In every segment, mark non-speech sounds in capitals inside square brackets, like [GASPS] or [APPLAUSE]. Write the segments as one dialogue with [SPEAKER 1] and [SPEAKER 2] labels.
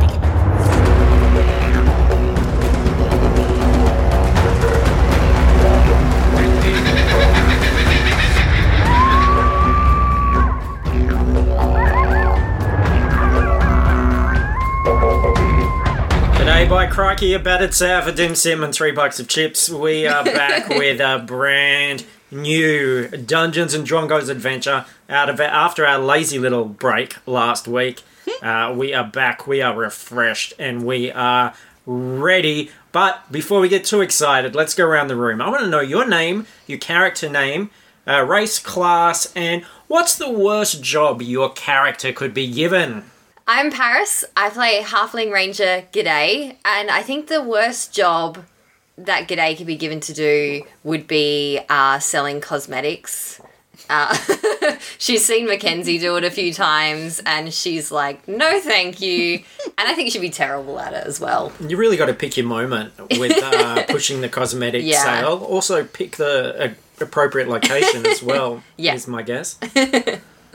[SPEAKER 1] dick.
[SPEAKER 2] Today, by crikey, about it's hour for Dim Sim and three bucks of chips. We are back with a brand new Dungeons and Drongos adventure out of after our lazy little break last week. Uh, we are back, we are refreshed, and we are ready. But before we get too excited, let's go around the room. I want to know your name, your character name, uh, race, class, and what's the worst job your character could be given?
[SPEAKER 3] I'm Paris. I play Halfling Ranger G'day, and I think the worst job that G'day could be given to do would be uh, selling cosmetics. Uh, [LAUGHS] she's seen Mackenzie do it a few times, and she's like, "No, thank you." and I think she'd be terrible at it as well.
[SPEAKER 2] You really got to pick your moment with
[SPEAKER 4] [LAUGHS]
[SPEAKER 2] uh, pushing the cosmetic
[SPEAKER 3] Yeah.
[SPEAKER 2] sale. Also, pick the uh, appropriate location as
[SPEAKER 4] [LAUGHS]
[SPEAKER 2] well.
[SPEAKER 3] Yeah.
[SPEAKER 2] is my guess.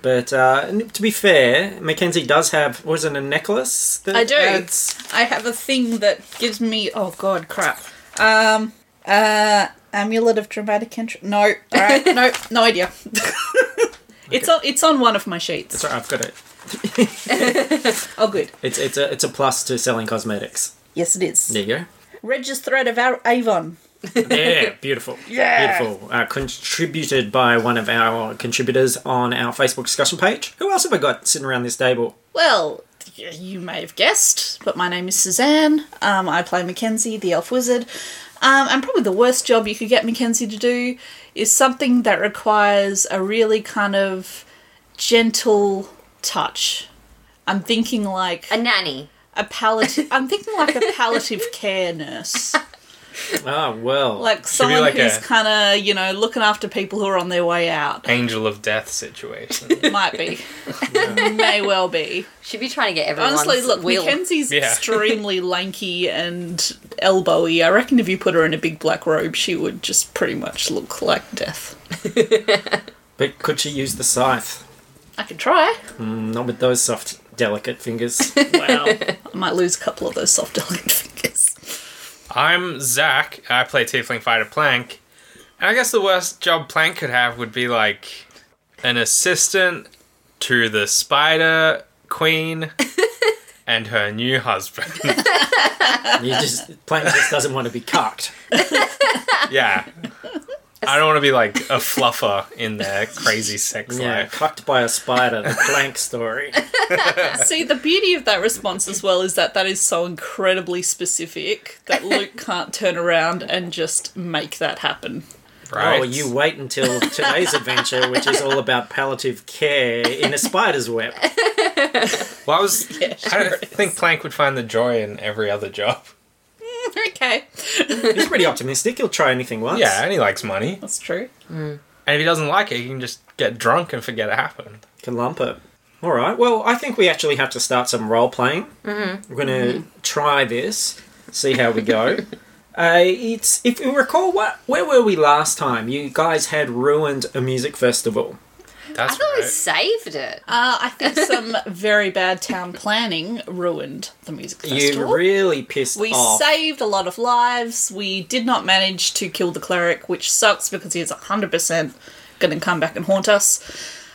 [SPEAKER 2] but uh, n- to be fair, Mackenzie does have was it a necklace? That
[SPEAKER 4] I do.
[SPEAKER 2] adds-
[SPEAKER 4] I have a thing that gives me. Oh god, crap. Um. Uh. Amulet of dramatic entry. No. All right. [LAUGHS] no. No idea. It's on. It's on one of my sheets.
[SPEAKER 2] Sorry, I've got it.
[SPEAKER 4] Oh, good.
[SPEAKER 2] It's it's a it's a plus to selling cosmetics.
[SPEAKER 4] Yes, it is.
[SPEAKER 2] There you
[SPEAKER 4] Regis Thread of Ar- Avon.
[SPEAKER 2] go.
[SPEAKER 4] [LAUGHS]
[SPEAKER 2] Yeah, beautiful.
[SPEAKER 4] Yeah.
[SPEAKER 2] beautiful. Uh, contributed by one of our contributors on our Facebook discussion page. Who else have I got sitting around this table?
[SPEAKER 4] Well, y- you may have guessed, but my name is Suzanne. Um, I play Mackenzie, the elf wizard. Um, and probably the worst job you could get Mackenzie to do is something that requires a really kind of gentle touch. I'm thinking like
[SPEAKER 3] A nanny.
[SPEAKER 4] a palliative. I'm thinking like a palliative
[SPEAKER 5] [LAUGHS]
[SPEAKER 4] care nurse,
[SPEAKER 2] Ah, well,
[SPEAKER 4] like
[SPEAKER 5] be
[SPEAKER 4] someone
[SPEAKER 5] like
[SPEAKER 4] who's
[SPEAKER 5] a-
[SPEAKER 4] kind of you know looking after people who are on their way out.
[SPEAKER 5] angel of death situation. [LAUGHS]
[SPEAKER 4] Might be, may well be.
[SPEAKER 3] She'd be trying to get everyone's
[SPEAKER 4] Honestly, look,
[SPEAKER 3] will.
[SPEAKER 4] Mackenzie's
[SPEAKER 5] Yeah.
[SPEAKER 4] extremely lanky and elbowy. I reckon if you put her in a big black robe, she would just pretty much look like death.
[SPEAKER 2] but could she use the scythe?
[SPEAKER 4] I can try.
[SPEAKER 2] Not with those soft, delicate fingers.
[SPEAKER 4] Wow. [LAUGHS] I might lose a couple of those soft, delicate [LAUGHS] fingers.
[SPEAKER 5] I'm Zach. I play Tiefling Fighter Plank. And I guess the worst job Plank could have would be like an assistant to the Spider
[SPEAKER 3] [LAUGHS]
[SPEAKER 5] Queen and her new husband.
[SPEAKER 2] you [LAUGHS] just Plank just doesn't want to be cucked.
[SPEAKER 5] yeah. I don't want to be like a fluffer in their crazy sex
[SPEAKER 2] Yeah,
[SPEAKER 5] life.
[SPEAKER 2] cucked by a spider. The Plank story.
[SPEAKER 4] See, the beauty of that response as well is that that is so incredibly specific that Luke can't turn around and just make that happen. [LAUGHS]
[SPEAKER 5] Right.
[SPEAKER 2] Oh, you wait until today's adventure, which is all about palliative care in a spider's web.
[SPEAKER 5] Well, I
[SPEAKER 2] [LAUGHS]
[SPEAKER 5] was. I
[SPEAKER 4] sure
[SPEAKER 5] don't think Plank would find the joy in every other job.
[SPEAKER 4] okay.
[SPEAKER 2] He's pretty optimistic. He'll try anything once.
[SPEAKER 5] Yeah, and he likes money.
[SPEAKER 4] That's true.
[SPEAKER 5] And if he doesn't like it, he can just get drunk and forget it happened.
[SPEAKER 2] can lump it. All right. Well, I think we actually have to start some role playing. Mm-hmm. We're going to try this, see how we [LAUGHS] go. uh, it's if you recall, what where were we last time? You guys had ruined a music festival.
[SPEAKER 3] I
[SPEAKER 5] That's
[SPEAKER 3] thought we
[SPEAKER 5] right.
[SPEAKER 3] saved it.
[SPEAKER 4] Uh, I think some very bad town planning ruined the music festival.
[SPEAKER 2] You really pissed
[SPEAKER 4] We
[SPEAKER 2] off.
[SPEAKER 4] saved a lot of lives. We did not manage to kill the cleric, which sucks because he is 100% going to come back and haunt us.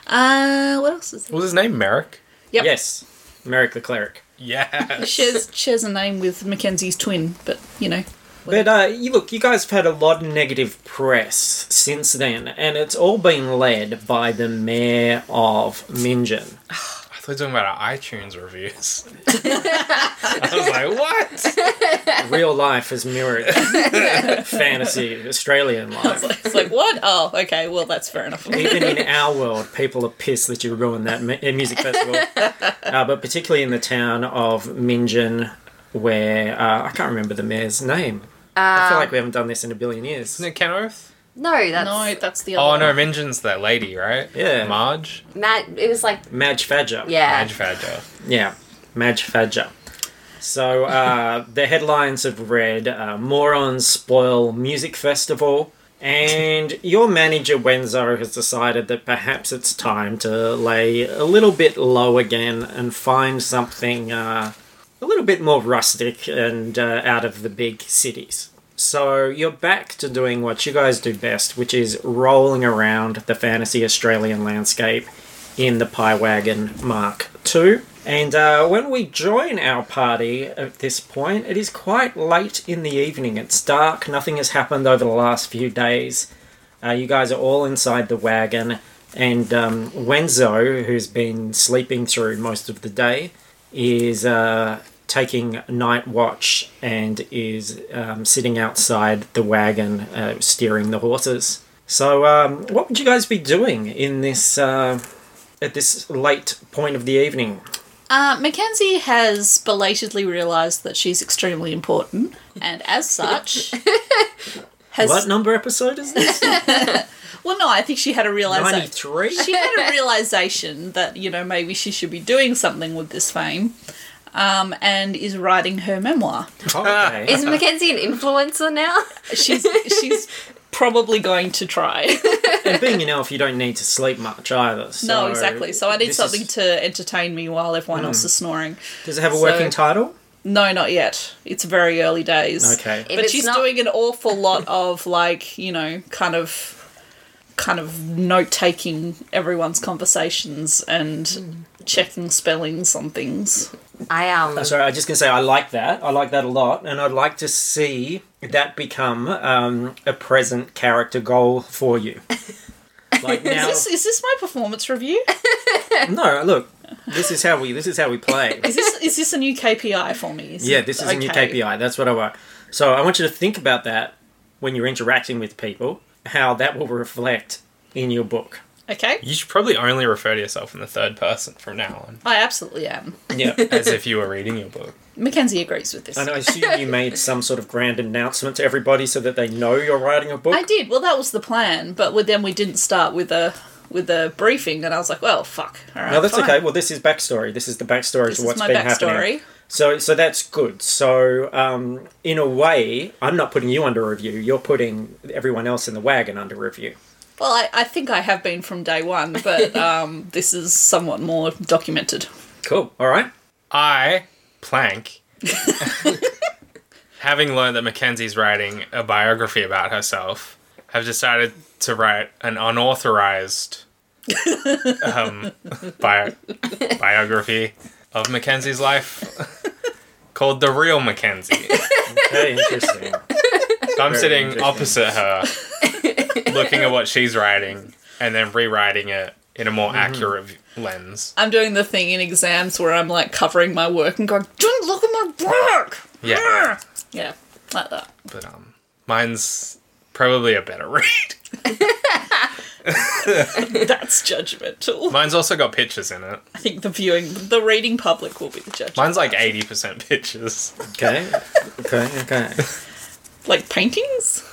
[SPEAKER 4] Uh, what else is there?
[SPEAKER 5] Was his name Merrick?
[SPEAKER 4] Yep.
[SPEAKER 2] Yes, Merrick the cleric.
[SPEAKER 5] Yeah. [LAUGHS]
[SPEAKER 4] Shares, shares a name with Mackenzie's twin, but you know.
[SPEAKER 2] But uh, you look, you guys have had a lot of negative press since then, and it's all been led by the mayor of Minjan.
[SPEAKER 5] I thought you were talking about our iTunes reviews. [LAUGHS] I was like,
[SPEAKER 4] [LAUGHS]
[SPEAKER 5] what?
[SPEAKER 2] Real life is mirrored fantasy Australian life.
[SPEAKER 4] It's like, [LAUGHS] what? Oh, okay, well, that's fair enough.
[SPEAKER 2] Even
[SPEAKER 4] [LAUGHS]
[SPEAKER 2] in our world, people are pissed that you ruined that mu- uh, music
[SPEAKER 4] [LAUGHS]
[SPEAKER 2] festival. Uh, but particularly in the town of Minjan,
[SPEAKER 4] Um,
[SPEAKER 2] where uh, I can't remember the mayor's name. I feel like we haven't done this in a billion years.
[SPEAKER 5] Isn't it Kenworth?
[SPEAKER 3] No, that's
[SPEAKER 4] No, that's the
[SPEAKER 5] Oh
[SPEAKER 4] other.
[SPEAKER 5] no,
[SPEAKER 4] one.
[SPEAKER 5] Minjin's that lady, right?
[SPEAKER 2] Yeah.
[SPEAKER 5] Marge.
[SPEAKER 3] Matt. It was like
[SPEAKER 2] Madge Fadger.
[SPEAKER 3] yeah.
[SPEAKER 5] Madge Fadger.
[SPEAKER 2] Yeah, Madge Fadger. So uh, [LAUGHS] the headlines have read uh, Morons Spoil Music Festival, and your manager Wenzo has decided that perhaps it's time to lay a little bit low again and find something uh, a little bit more rustic and uh, out of the big cities. So you're back to doing what you guys do best, which is rolling around the fantasy Australian landscape in the Pie Wagon Mark II. And uh, when we join our party at this point, it is quite late in the evening. It's dark, nothing has happened over the last few days. Uh, you guys are all inside the wagon, and um, Wenzo, who's been sleeping through most of the day, is uh, taking night watch and is um, sitting outside the wagon, uh, steering the horses. So, um, what would you guys be doing in this uh, at this late point of the evening?
[SPEAKER 4] Uh, Mackenzie has belatedly realised that she's extremely important, and as such, has
[SPEAKER 2] What number episode is this?
[SPEAKER 4] [LAUGHS] well, no, I think she had a
[SPEAKER 2] Ninety
[SPEAKER 4] realisation.
[SPEAKER 2] three.
[SPEAKER 4] She had a realization that you know maybe she should be doing something with this fame, um, and is writing her memoir. [LAUGHS]
[SPEAKER 2] Okay.
[SPEAKER 3] Is Mackenzie an influencer now?
[SPEAKER 4] She's she's probably going to try. [LAUGHS]
[SPEAKER 2] and being an elf, you don't need to sleep much either. So
[SPEAKER 4] no, exactly. So I need
[SPEAKER 2] this
[SPEAKER 4] something
[SPEAKER 2] is- Hmm.
[SPEAKER 4] to entertain me while everyone else is snoring.
[SPEAKER 2] Does it have a working title?
[SPEAKER 4] No, not yet. It's very early days.
[SPEAKER 2] Okay.
[SPEAKER 3] If
[SPEAKER 4] but
[SPEAKER 3] it's
[SPEAKER 4] she's
[SPEAKER 3] not-
[SPEAKER 4] doing an awful lot of like, you know, kind of kind of note taking everyone's conversations and
[SPEAKER 3] Hmm.
[SPEAKER 4] checking spellings on things.
[SPEAKER 3] I um.
[SPEAKER 2] Sorry, I was just gonna say I like that. I like that a lot, and I'd like to see that become um, a present character goal for you.
[SPEAKER 4] [LAUGHS]
[SPEAKER 2] Like now,
[SPEAKER 4] Is this, is this my performance review?
[SPEAKER 2] no, look, this is how we this is how we play.
[SPEAKER 4] [LAUGHS] Is this is this a new KPI for me?
[SPEAKER 2] Yeah, this is a new
[SPEAKER 4] okay.
[SPEAKER 2] KPI. That's what I want. So I want you to think about that when you're interacting with people, how that will reflect in your book.
[SPEAKER 4] Okay.
[SPEAKER 5] You should probably only refer to yourself in the third person from now on,
[SPEAKER 4] I absolutely am.
[SPEAKER 2] Yeah.
[SPEAKER 5] as if you were reading your book.
[SPEAKER 4] Mackenzie agrees with this.
[SPEAKER 2] [LAUGHS] and I assume you made some sort of grand announcement to everybody so that they know you're writing a book.
[SPEAKER 4] I did. Well, that was the plan, but with- then we didn't start with a with a briefing, and I was like, "Well, fuck." All right,
[SPEAKER 2] No, that's
[SPEAKER 4] fine.
[SPEAKER 2] okay. Well, this is backstory. This is the backstory
[SPEAKER 4] This
[SPEAKER 2] to
[SPEAKER 4] is
[SPEAKER 2] what's
[SPEAKER 4] my
[SPEAKER 2] been
[SPEAKER 4] backstory.
[SPEAKER 2] happening. So, so that's good. So, um, in a way, I'm not putting you under review. You're putting everyone else in the wagon under review.
[SPEAKER 4] Well, I, I think I have been from day one,
[SPEAKER 2] [LAUGHS]
[SPEAKER 4] but um, this is somewhat more documented.
[SPEAKER 2] Cool. All right.
[SPEAKER 5] I, Plank, having learned that Mackenzie's writing a biography about herself, have decided to write an unauthorized um, bio- biography of Mackenzie's life called The Real Mackenzie.
[SPEAKER 2] Okay. Interesting.
[SPEAKER 5] So I'm
[SPEAKER 2] Very
[SPEAKER 5] sitting
[SPEAKER 2] interesting.
[SPEAKER 5] opposite her, looking at what she's writing, and then rewriting it in a more
[SPEAKER 2] Mm-hmm.
[SPEAKER 5] accurate v- lens.
[SPEAKER 4] I'm doing the thing in exams where I'm like covering my work and going, "Don't look at my work."
[SPEAKER 5] Yeah.
[SPEAKER 4] Yeah, like that.
[SPEAKER 5] But um, mine's probably a better [LAUGHS] read.
[SPEAKER 4] That's judgmental.
[SPEAKER 5] Mine's also got pictures in it.
[SPEAKER 4] I think the viewing, the reading public will be the judge.
[SPEAKER 5] Mine's like 80% pictures.
[SPEAKER 2] Okay. Okay. Okay.
[SPEAKER 4] Like paintings.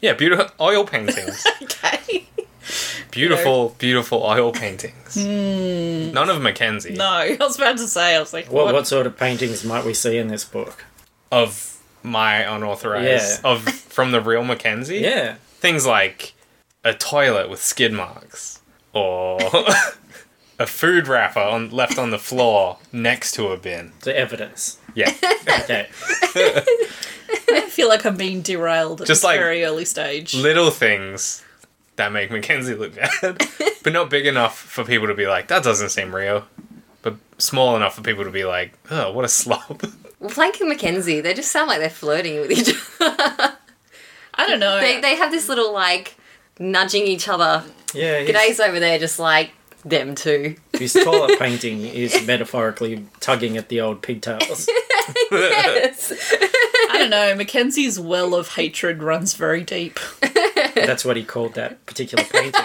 [SPEAKER 5] Yeah, beautiful oil paintings.
[SPEAKER 4] Okay.
[SPEAKER 5] Beautiful, beautiful oil paintings.
[SPEAKER 2] Hmm.
[SPEAKER 5] None of Mackenzie.
[SPEAKER 4] [LAUGHS] No, I was about to say. I was like,
[SPEAKER 2] What,
[SPEAKER 4] what?
[SPEAKER 2] what sort of paintings might we see in this book?
[SPEAKER 5] Of my unauthorized.
[SPEAKER 2] Yeah.
[SPEAKER 5] Of from the real Mackenzie.
[SPEAKER 2] Yeah.
[SPEAKER 5] Things like a toilet with skid marks or [LAUGHS] a food wrapper on left on the floor next to a bin.
[SPEAKER 2] The evidence.
[SPEAKER 5] Yeah.
[SPEAKER 2] Okay.
[SPEAKER 4] I feel like I'm being derailed at
[SPEAKER 5] Just
[SPEAKER 4] this
[SPEAKER 5] like-
[SPEAKER 4] very early stage.
[SPEAKER 5] Little things that make Mackenzie look bad, [LAUGHS] but not big enough for people to be like, that doesn't seem real. But small enough for people to be like, oh, what a slob. [LAUGHS]
[SPEAKER 3] Well, Plank and Mackenzie, they just sound like they're flirting with each other. [LAUGHS]
[SPEAKER 4] I don't know.
[SPEAKER 3] they, they have this little like nudging each other.
[SPEAKER 2] Yeah. His,
[SPEAKER 3] G'day's over there, just like them too.
[SPEAKER 2] his toilet painting is metaphorically tugging at the old pigtails.
[SPEAKER 3] yes.
[SPEAKER 4] I don't know. Mackenzie's well of hatred runs very deep. [LAUGHS]
[SPEAKER 2] That's what he called that particular painting.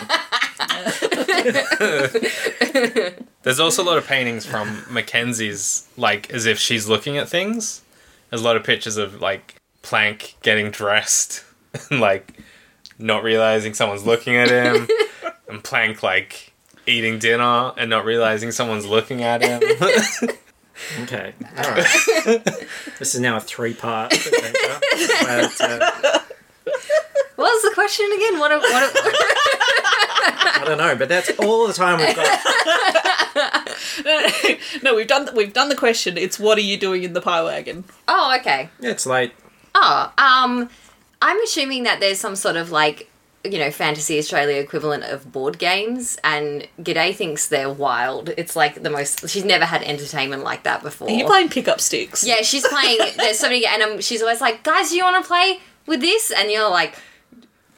[SPEAKER 5] There's also a lot of paintings from Mackenzie's, like as if she's looking at things. There's a lot of pictures of like Plank getting dressed [LAUGHS] and like not realizing someone's looking at him, and Plank like eating dinner and not realizing someone's looking at him. [LAUGHS]
[SPEAKER 2] Okay. All right. this is now a three-part adventure. But, uh,
[SPEAKER 3] [LAUGHS] What was the question again? What? A, what? A,
[SPEAKER 2] I don't know, but that's all the time we've got.
[SPEAKER 4] no, we've done we've done the question. It's what are you doing in the pie wagon?
[SPEAKER 3] oh, okay.
[SPEAKER 2] [LAUGHS] It's late.
[SPEAKER 3] Oh, um, I'm assuming that there's some sort of like, you know, Fantasy Australia equivalent of board games, and G'day thinks they're wild. It's like the most. She's never had entertainment like that before.
[SPEAKER 5] Oh.
[SPEAKER 4] Are you playing pickup sticks?
[SPEAKER 3] yeah, she's playing. There's somebody, and um she's always like, "Guys, do you want to play with this?" And you're like,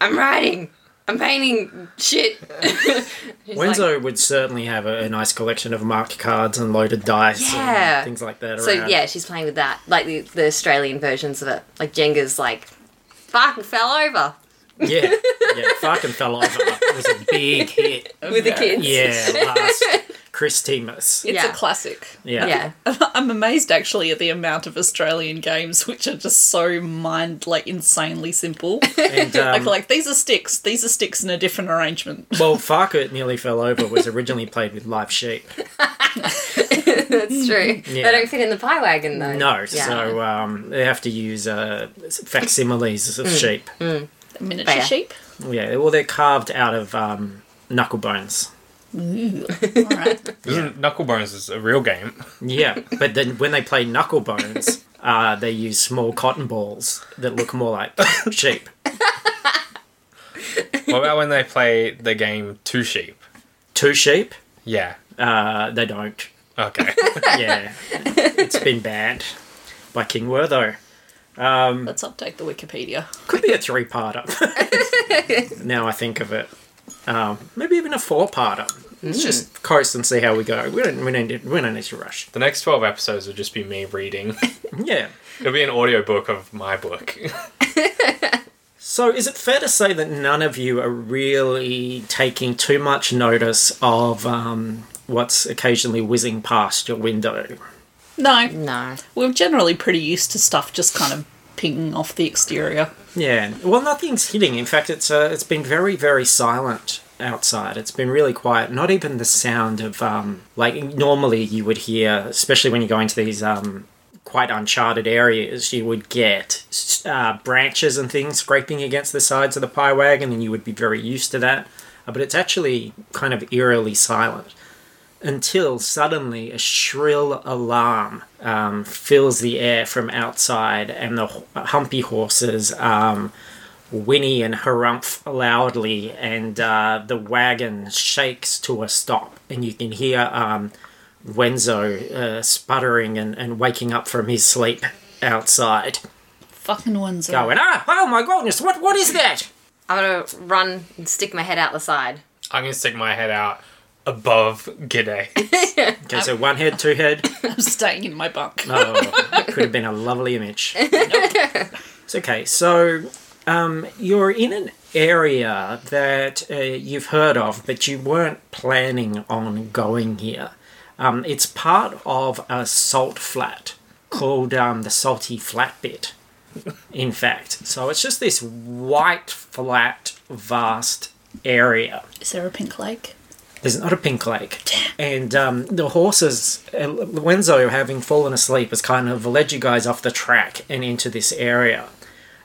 [SPEAKER 3] "I'm writing." I'm painting shit. [LAUGHS] She's like-
[SPEAKER 2] Wenzo would certainly have a, a nice collection of marked cards and loaded dice
[SPEAKER 3] Yeah.
[SPEAKER 2] and things like that.
[SPEAKER 3] So
[SPEAKER 2] around.
[SPEAKER 3] yeah, she's playing with that, like the, the Australian versions of it. Like Jenga's like, fuck, fell over
[SPEAKER 2] yeah, [LAUGHS] yeah. Fucking fell over. It was a big hit.
[SPEAKER 3] with the kids.
[SPEAKER 2] Yeah, last Christmas.
[SPEAKER 4] It's
[SPEAKER 3] Yeah.
[SPEAKER 4] a classic.
[SPEAKER 2] Yeah.
[SPEAKER 3] [LAUGHS] yeah. [LAUGHS]
[SPEAKER 4] I'm amazed actually at the amount of Australian games which are just so mind like
[SPEAKER 3] [LAUGHS]
[SPEAKER 4] insanely simple. [LAUGHS]
[SPEAKER 2] [LAUGHS] And, um,
[SPEAKER 4] like like these are sticks. These are sticks in a different arrangement.
[SPEAKER 2] well, Farkut nearly fell over was originally played with live [LAUGHS] sheep.
[SPEAKER 3] That's true.
[SPEAKER 2] Yeah.
[SPEAKER 3] They don't fit in the pie wagon though.
[SPEAKER 2] No,
[SPEAKER 3] Yeah.
[SPEAKER 2] so um, they have to use uh, facsimiles of sheep.
[SPEAKER 4] [LAUGHS] Miniature
[SPEAKER 3] Fair.
[SPEAKER 4] sheep.
[SPEAKER 2] Yeah, well, they're carved out of um, knuckle bones.
[SPEAKER 4] All right.
[SPEAKER 5] Isn't Knucklebones is a real game.
[SPEAKER 2] Yeah, but then when they play knuckle bones, uh, they use small cotton balls that look more like sheep.
[SPEAKER 5] What about when they play the game Two Sheep?
[SPEAKER 2] Two sheep?
[SPEAKER 5] Yeah.
[SPEAKER 2] Uh, they don't.
[SPEAKER 5] Okay.
[SPEAKER 2] Yeah, it's been banned by King Wertho.
[SPEAKER 4] [LAUGHS] Let's update the Wikipedia.
[SPEAKER 2] Could be a three-parter. [LAUGHS] now I think of it, um, maybe even a four-parter. Let's just coast and see how we go. We don't. We don't. need- We don't need to rush.
[SPEAKER 5] the next 12 episodes would just be me reading.
[SPEAKER 2] Yeah.
[SPEAKER 5] It'll be an audiobook of my book. [LAUGHS]
[SPEAKER 2] So, is it fair to say that none of you are really taking too much notice of um, what's occasionally whizzing past your window?
[SPEAKER 4] No,
[SPEAKER 3] No.
[SPEAKER 4] we're generally pretty used to stuff just kind of pinging off the exterior.
[SPEAKER 2] Yeah. Well, nothing's hitting. In fact, it's uh, it's been very very silent outside. It's been really quiet. Not even the sound of um, like normally you would hear, especially when you go into these um, quite uncharted areas, you would get s- uh, branches and things scraping against the sides of the pie wagon, and you would be very used to that. Uh, but it's actually kind of eerily silent until suddenly a shrill alarm um, fills the air from outside, and the h- uh, humpy horses um, whinny and harumph loudly, and uh, the wagon shakes to a stop, and you can hear um, Wenzo uh, sputtering and, and waking up from his sleep outside,
[SPEAKER 4] Fucking ones. are-
[SPEAKER 2] going, "Ah, oh my goodness, what what is that?"
[SPEAKER 3] I'm gonna run and stick my head out the side.
[SPEAKER 5] I'm going to stick my head out above G'day.
[SPEAKER 2] Okay, so one head, two head.
[SPEAKER 4] I'm [LAUGHS] staying in my bunk.
[SPEAKER 2] Oh, that could have been a lovely image. It's okay. So, um, you're in an area that uh, you've heard of, but you weren't planning on going here. Um, it's part of a salt flat called um, the Salty Flatbit, in fact. So, it's just this white, flat, vast area.
[SPEAKER 4] Is there a pink lake?
[SPEAKER 2] There's not a pink lake. And um, the horses, uh, Wenzo, having fallen asleep, has kind of led you guys off the track and into this area.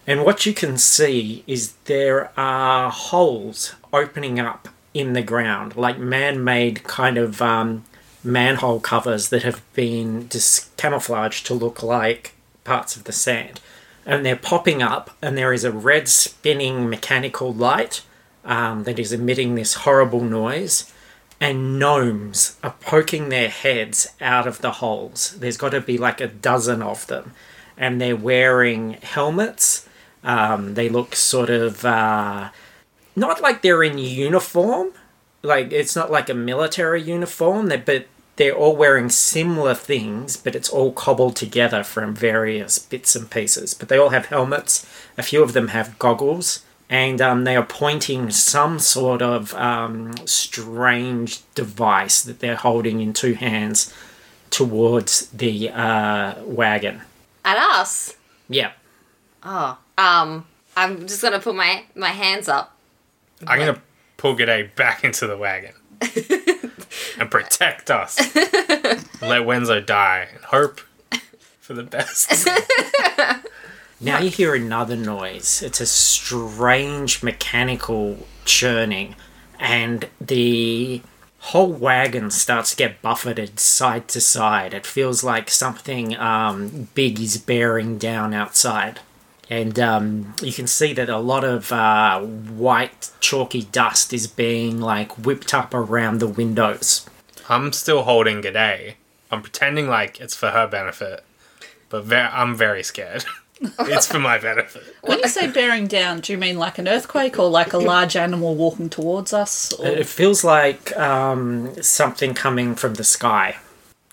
[SPEAKER 2] And what you can see is there are holes opening up in the ground, like man made kind of um, manhole covers that have been dis- camouflaged to look like parts of the sand. And they're popping up, and there is a red spinning mechanical light um, that is emitting this horrible noise, and gnomes are poking their heads out of the holes. There's got to be like a dozen of them, and they're wearing helmets. Um, they look sort of uh, not like they're in uniform, like it's not like a military uniform, they- but they're all wearing similar things, but it's all cobbled together from various bits and pieces. But they all have helmets, a few of them have goggles, and um, they are pointing some sort of um, strange device that they're holding in two hands towards the uh, wagon.
[SPEAKER 3] At us.
[SPEAKER 2] Yeah.
[SPEAKER 3] Oh. Um. I'm just gonna put my my hands up.
[SPEAKER 5] I'm gonna pull G'day back into the wagon and protect us. Let Wenzo die and hope for the best.
[SPEAKER 2] Now you hear another noise. It's a strange mechanical churning, and the whole wagon starts to get buffeted side to side. It feels like something um, big is bearing down outside. And um, you can see that a lot of uh, white, chalky dust is being like whipped up around the windows.
[SPEAKER 5] I'm still holding G'day. I'm pretending like it's for her benefit, but ve- I'm very scared. it's for my benefit.
[SPEAKER 4] When you say bearing down, do you mean like an earthquake or like a large animal walking towards us? Or...
[SPEAKER 2] It feels like um, something coming from the sky.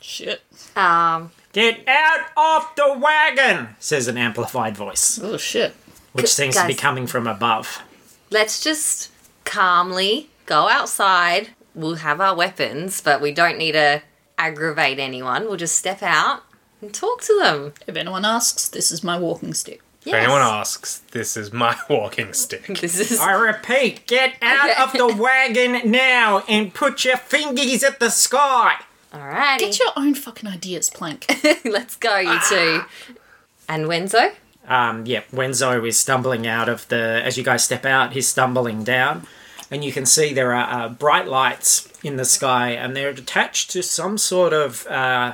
[SPEAKER 4] Shit.
[SPEAKER 3] Um,
[SPEAKER 2] Get out of the wagon, says an amplified voice,
[SPEAKER 4] Oh, shit.
[SPEAKER 2] which seems to be
[SPEAKER 3] guys.
[SPEAKER 2] coming from above.
[SPEAKER 3] let's just calmly go outside. We'll have our weapons, but we don't need to aggravate anyone. We'll just step out and talk to them.
[SPEAKER 4] If anyone asks, this is my walking stick.
[SPEAKER 5] If anyone asks, this is my [LAUGHS] walking stick.
[SPEAKER 3] This is
[SPEAKER 2] I repeat, get out of the wagon now and put your fingers at the sky.
[SPEAKER 3] alrighty.
[SPEAKER 4] Get your own fucking ideas, Plank.
[SPEAKER 3] [LAUGHS] Let's go, you
[SPEAKER 5] Ah.
[SPEAKER 3] two. And Wenzo?
[SPEAKER 2] Um, yeah, Wenzo is stumbling out of the. As you guys step out, he's stumbling down, and you can see there are uh, bright lights in the sky, and they're attached to some sort of uh,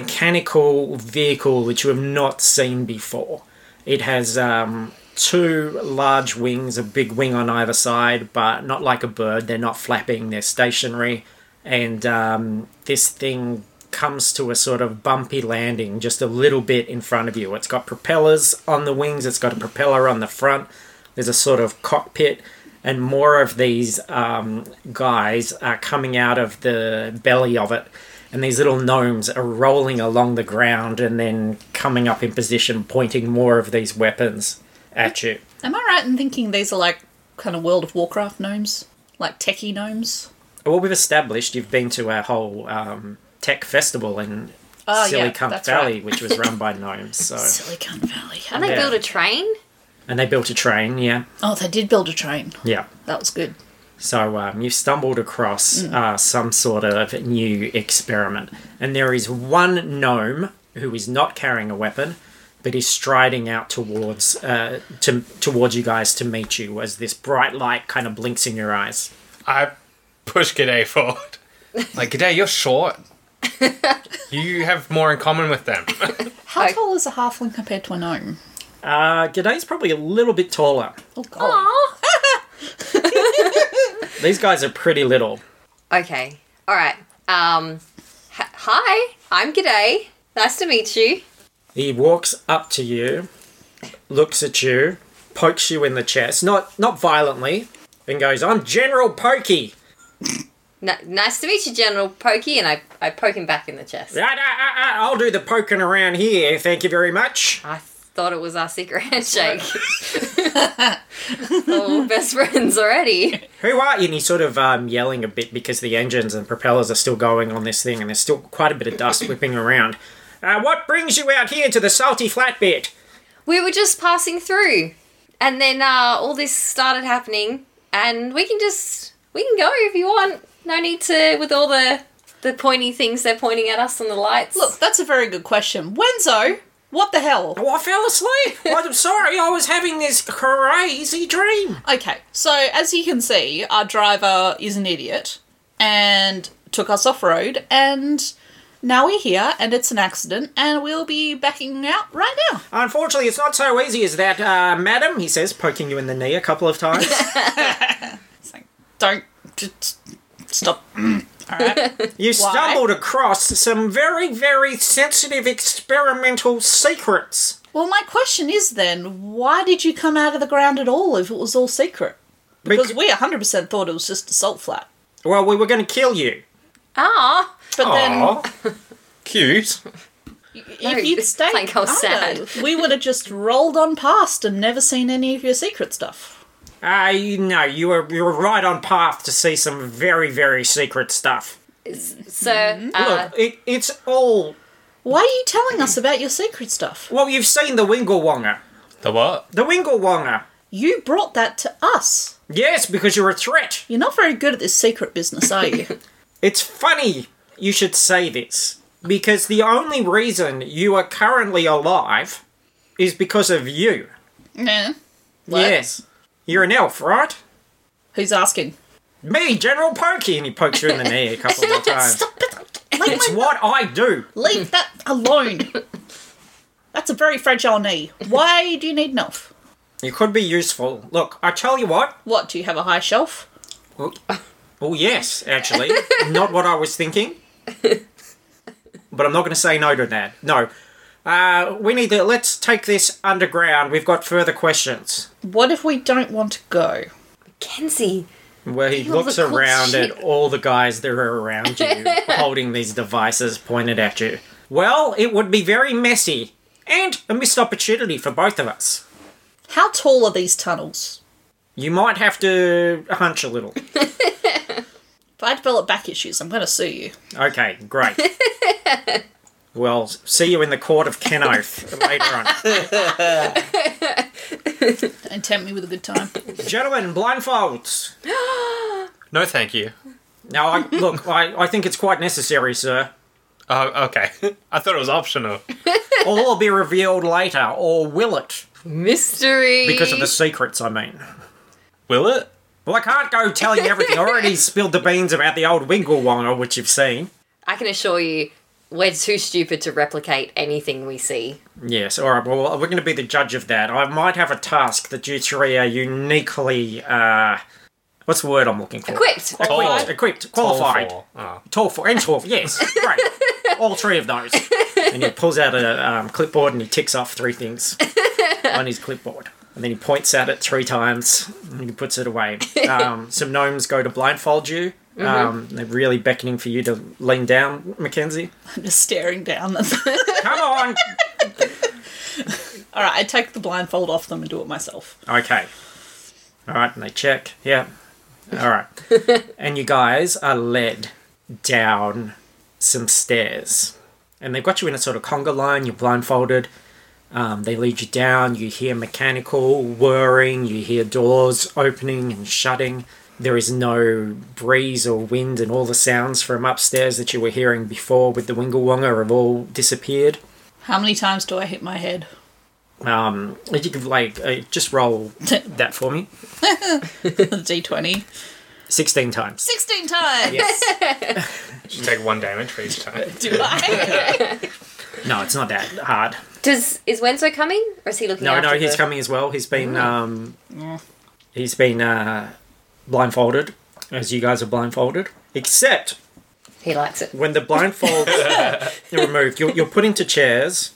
[SPEAKER 2] mechanical vehicle which you have not seen before. It has um, two large wings, a big wing on either side, but not like a bird. They're not flapping, they're stationary. And um, this thing comes to a sort of bumpy landing just a little bit in front of you. It's got propellers on the wings, it's got a propeller on the front. There's a sort of cockpit, and more of these um, guys are coming out of the belly of it. And these little gnomes are rolling along the ground and then coming up in position, pointing more of these weapons at you.
[SPEAKER 4] Am I right in thinking these are like kind of World of Warcraft gnomes? Like techie gnomes?
[SPEAKER 2] Well, we've established you've been to our whole um, tech festival in
[SPEAKER 4] Oh,
[SPEAKER 2] Silly
[SPEAKER 4] yeah,
[SPEAKER 2] Cunt
[SPEAKER 4] that's
[SPEAKER 2] Valley,
[SPEAKER 4] right.
[SPEAKER 2] which was run
[SPEAKER 4] [LAUGHS]
[SPEAKER 2] by gnomes. So,
[SPEAKER 4] Silicon Valley.
[SPEAKER 3] And they
[SPEAKER 2] Yeah.
[SPEAKER 3] build a train?
[SPEAKER 2] and they built a train. Yeah,
[SPEAKER 4] Oh, they did build a train.
[SPEAKER 2] yeah.
[SPEAKER 4] That was good.
[SPEAKER 2] So um, you've stumbled across uh, some sort of new experiment, and there is one gnome who is not carrying a weapon, but is striding out towards uh, to, towards you guys to meet you as this bright light kind of blinks in your eyes.
[SPEAKER 5] I push G'day forward. Like, G'day, you're short. [LAUGHS] you have more in common with them.
[SPEAKER 4] How
[SPEAKER 3] I-
[SPEAKER 4] tall is a halfling compared to a gnome?
[SPEAKER 2] Uh, G'day's probably a little bit taller.
[SPEAKER 4] Oh, God.
[SPEAKER 3] Aw.
[SPEAKER 2] These guys are pretty little.
[SPEAKER 3] Okay. All right. Um, h- hi, I'm G'day. Nice to meet you.
[SPEAKER 2] He walks up to you, looks at you, pokes you in the chest, not not violently, and goes, "I'm General Pokey."
[SPEAKER 3] N- nice to meet you, General Pokey. And I, I poke him back in the chest.
[SPEAKER 2] Ah, ah, ah, ah, I'll do the poking around here. Thank you very much.
[SPEAKER 3] I thought it was our secret handshake. oh, we're best friends already.
[SPEAKER 2] Who are you? And he's sort of um, yelling a bit because the engines and propellers are still going on this thing, and there's still quite a bit of dust whipping around. Uh, what brings you out here to the salty flatbed?
[SPEAKER 3] We were just passing through, and then uh, all this started happening. And we can just we can go if you want. No need to with all the the pointy things they're pointing at us on the lights.
[SPEAKER 4] Look, Oh, that's a very good question. Wenzo, what the hell?
[SPEAKER 2] Oh, I fell asleep. [LAUGHS] I'm sorry, I was having this crazy dream.
[SPEAKER 4] Okay, so as you can see, our driver is an idiot and took us off road, and now we're here, and it's an accident, and we'll be backing out right now.
[SPEAKER 2] Unfortunately, it's not so easy as that, uh, madam, he says, poking you in the knee a couple of times.
[SPEAKER 4] It's like, don't just stop. [CLEARS THROAT] All right.
[SPEAKER 2] You stumbled across some very, very sensitive experimental secrets.
[SPEAKER 4] well, my question is then, why did you come out of the ground at all if it was all secret? Because
[SPEAKER 2] Bec-
[SPEAKER 4] we 100% thought it was just a salt flat.
[SPEAKER 2] well, we were going to kill you.
[SPEAKER 3] ah,
[SPEAKER 4] But
[SPEAKER 5] Aw, [LAUGHS] cute.
[SPEAKER 4] then, if you'd stayed,
[SPEAKER 3] Plank, I was
[SPEAKER 4] I don't know, we would have just rolled on past and never seen any of your secret stuff.
[SPEAKER 2] Uh, you know, you were, you were right on path to see some very, very secret stuff.
[SPEAKER 3] so uh,
[SPEAKER 2] Mm-hmm. Look, it, it's all.
[SPEAKER 4] Why are you telling us about your secret stuff?
[SPEAKER 2] Well, you've seen the Winglewonga.
[SPEAKER 5] The what?
[SPEAKER 2] The Winglewonga.
[SPEAKER 4] You brought that to us.
[SPEAKER 2] Yes, because you're a threat.
[SPEAKER 4] You're not very good at this secret business, are you? [LAUGHS]
[SPEAKER 2] It's funny you should say this, because the only reason you are currently alive is because of you.
[SPEAKER 4] nah. What?
[SPEAKER 2] Yes. You're an elf, right?
[SPEAKER 4] Who's asking?
[SPEAKER 2] Me, General Pokey, and he pokes you in the knee a
[SPEAKER 4] [LAUGHS]
[SPEAKER 2] couple of times.
[SPEAKER 4] Stop it! Leave,
[SPEAKER 2] It's
[SPEAKER 4] my-
[SPEAKER 2] what I do.
[SPEAKER 4] leave that [LAUGHS] alone. That's a very fragile knee. Why do you need an elf?
[SPEAKER 2] You could be useful. Look, I tell you what.
[SPEAKER 4] What, do you have a high shelf?
[SPEAKER 2] Oh, oh, yes,
[SPEAKER 3] [LAUGHS]
[SPEAKER 2] actually. not what I was thinking. But I'm not going to say no to that. No. Uh, we need to. Let's take this underground. We've got further questions.
[SPEAKER 4] What if we don't want to go?
[SPEAKER 3] Kenzie.
[SPEAKER 2] Where he
[SPEAKER 3] all the
[SPEAKER 2] looks
[SPEAKER 3] cool
[SPEAKER 2] around
[SPEAKER 3] shit.
[SPEAKER 2] at all the guys that are around
[SPEAKER 3] [LAUGHS]
[SPEAKER 2] you holding these devices pointed at you. Well, it would be very messy and a missed opportunity for both of us.
[SPEAKER 4] How tall are these tunnels?
[SPEAKER 2] You might have to hunch a little.
[SPEAKER 4] If I develop back issues, I'm going to sue you.
[SPEAKER 2] Okay, great.
[SPEAKER 3] [LAUGHS]
[SPEAKER 2] well, see you in the court of Kenoth later on.
[SPEAKER 4] Don't tempt me with a good time. [LAUGHS]
[SPEAKER 2] Gentlemen, blindfolds.
[SPEAKER 5] No, thank you.
[SPEAKER 2] Now, I, look, I, I think it's quite necessary, sir.
[SPEAKER 5] Oh, okay. [LAUGHS] I thought it was optional.
[SPEAKER 2] All will be revealed later, or will it?
[SPEAKER 3] Mystery.
[SPEAKER 2] Because of the secrets, I mean.
[SPEAKER 5] Will it?
[SPEAKER 2] Well, I can't go telling you everything. I already spilled the beans about the old Winglewonga, which you've seen.
[SPEAKER 3] I can assure you, we're too stupid to replicate anything we see.
[SPEAKER 2] Yes, all right. Well, we're going to be the judge of that. I might have a task that you three are uniquely, uh... What's the word I'm looking for?
[SPEAKER 3] Equipped.
[SPEAKER 2] Equipped, equipped qualified.
[SPEAKER 5] All four. Oh.
[SPEAKER 2] Tall for and tall for yes, great. All three of those. And he pulls out a um, clipboard and he ticks off three things on his clipboard. And then he points at it three times and he puts it away. Um, some gnomes go to blindfold you. Um, they're really beckoning for you to lean down, Mackenzie.
[SPEAKER 4] I'm just staring down at them. [LAUGHS]
[SPEAKER 2] Come on.
[SPEAKER 4] All right, I take the blindfold off them and do it myself.
[SPEAKER 2] Okay. All right, and they check. Yeah. All right. and you guys are led down some stairs. And they've got you in a sort of conga line, you're blindfolded. Um, they lead you down, you hear mechanical whirring, you hear doors opening and shutting. There is no breeze or wind, and all the sounds from upstairs that you were hearing before with the Winglewonga have all disappeared.
[SPEAKER 4] How many times do I hit my head?
[SPEAKER 2] Um, if you could, like, uh, just roll that for me.
[SPEAKER 4] D20.
[SPEAKER 2] 16 times.
[SPEAKER 4] 16 times!
[SPEAKER 2] Yes.
[SPEAKER 5] You take one damage for each time.
[SPEAKER 4] [LAUGHS] Do
[SPEAKER 2] [LAUGHS]
[SPEAKER 4] I?
[SPEAKER 2] no, it's not that hard.
[SPEAKER 3] Does is Wenzo coming, or is he looking?
[SPEAKER 2] No,
[SPEAKER 3] after
[SPEAKER 2] no, he's
[SPEAKER 3] the-
[SPEAKER 2] coming as well. He's been um he's been uh blindfolded as you guys are blindfolded. Except
[SPEAKER 3] He likes it.
[SPEAKER 2] when the blindfolds are removed, [LAUGHS] you're, you're put into chairs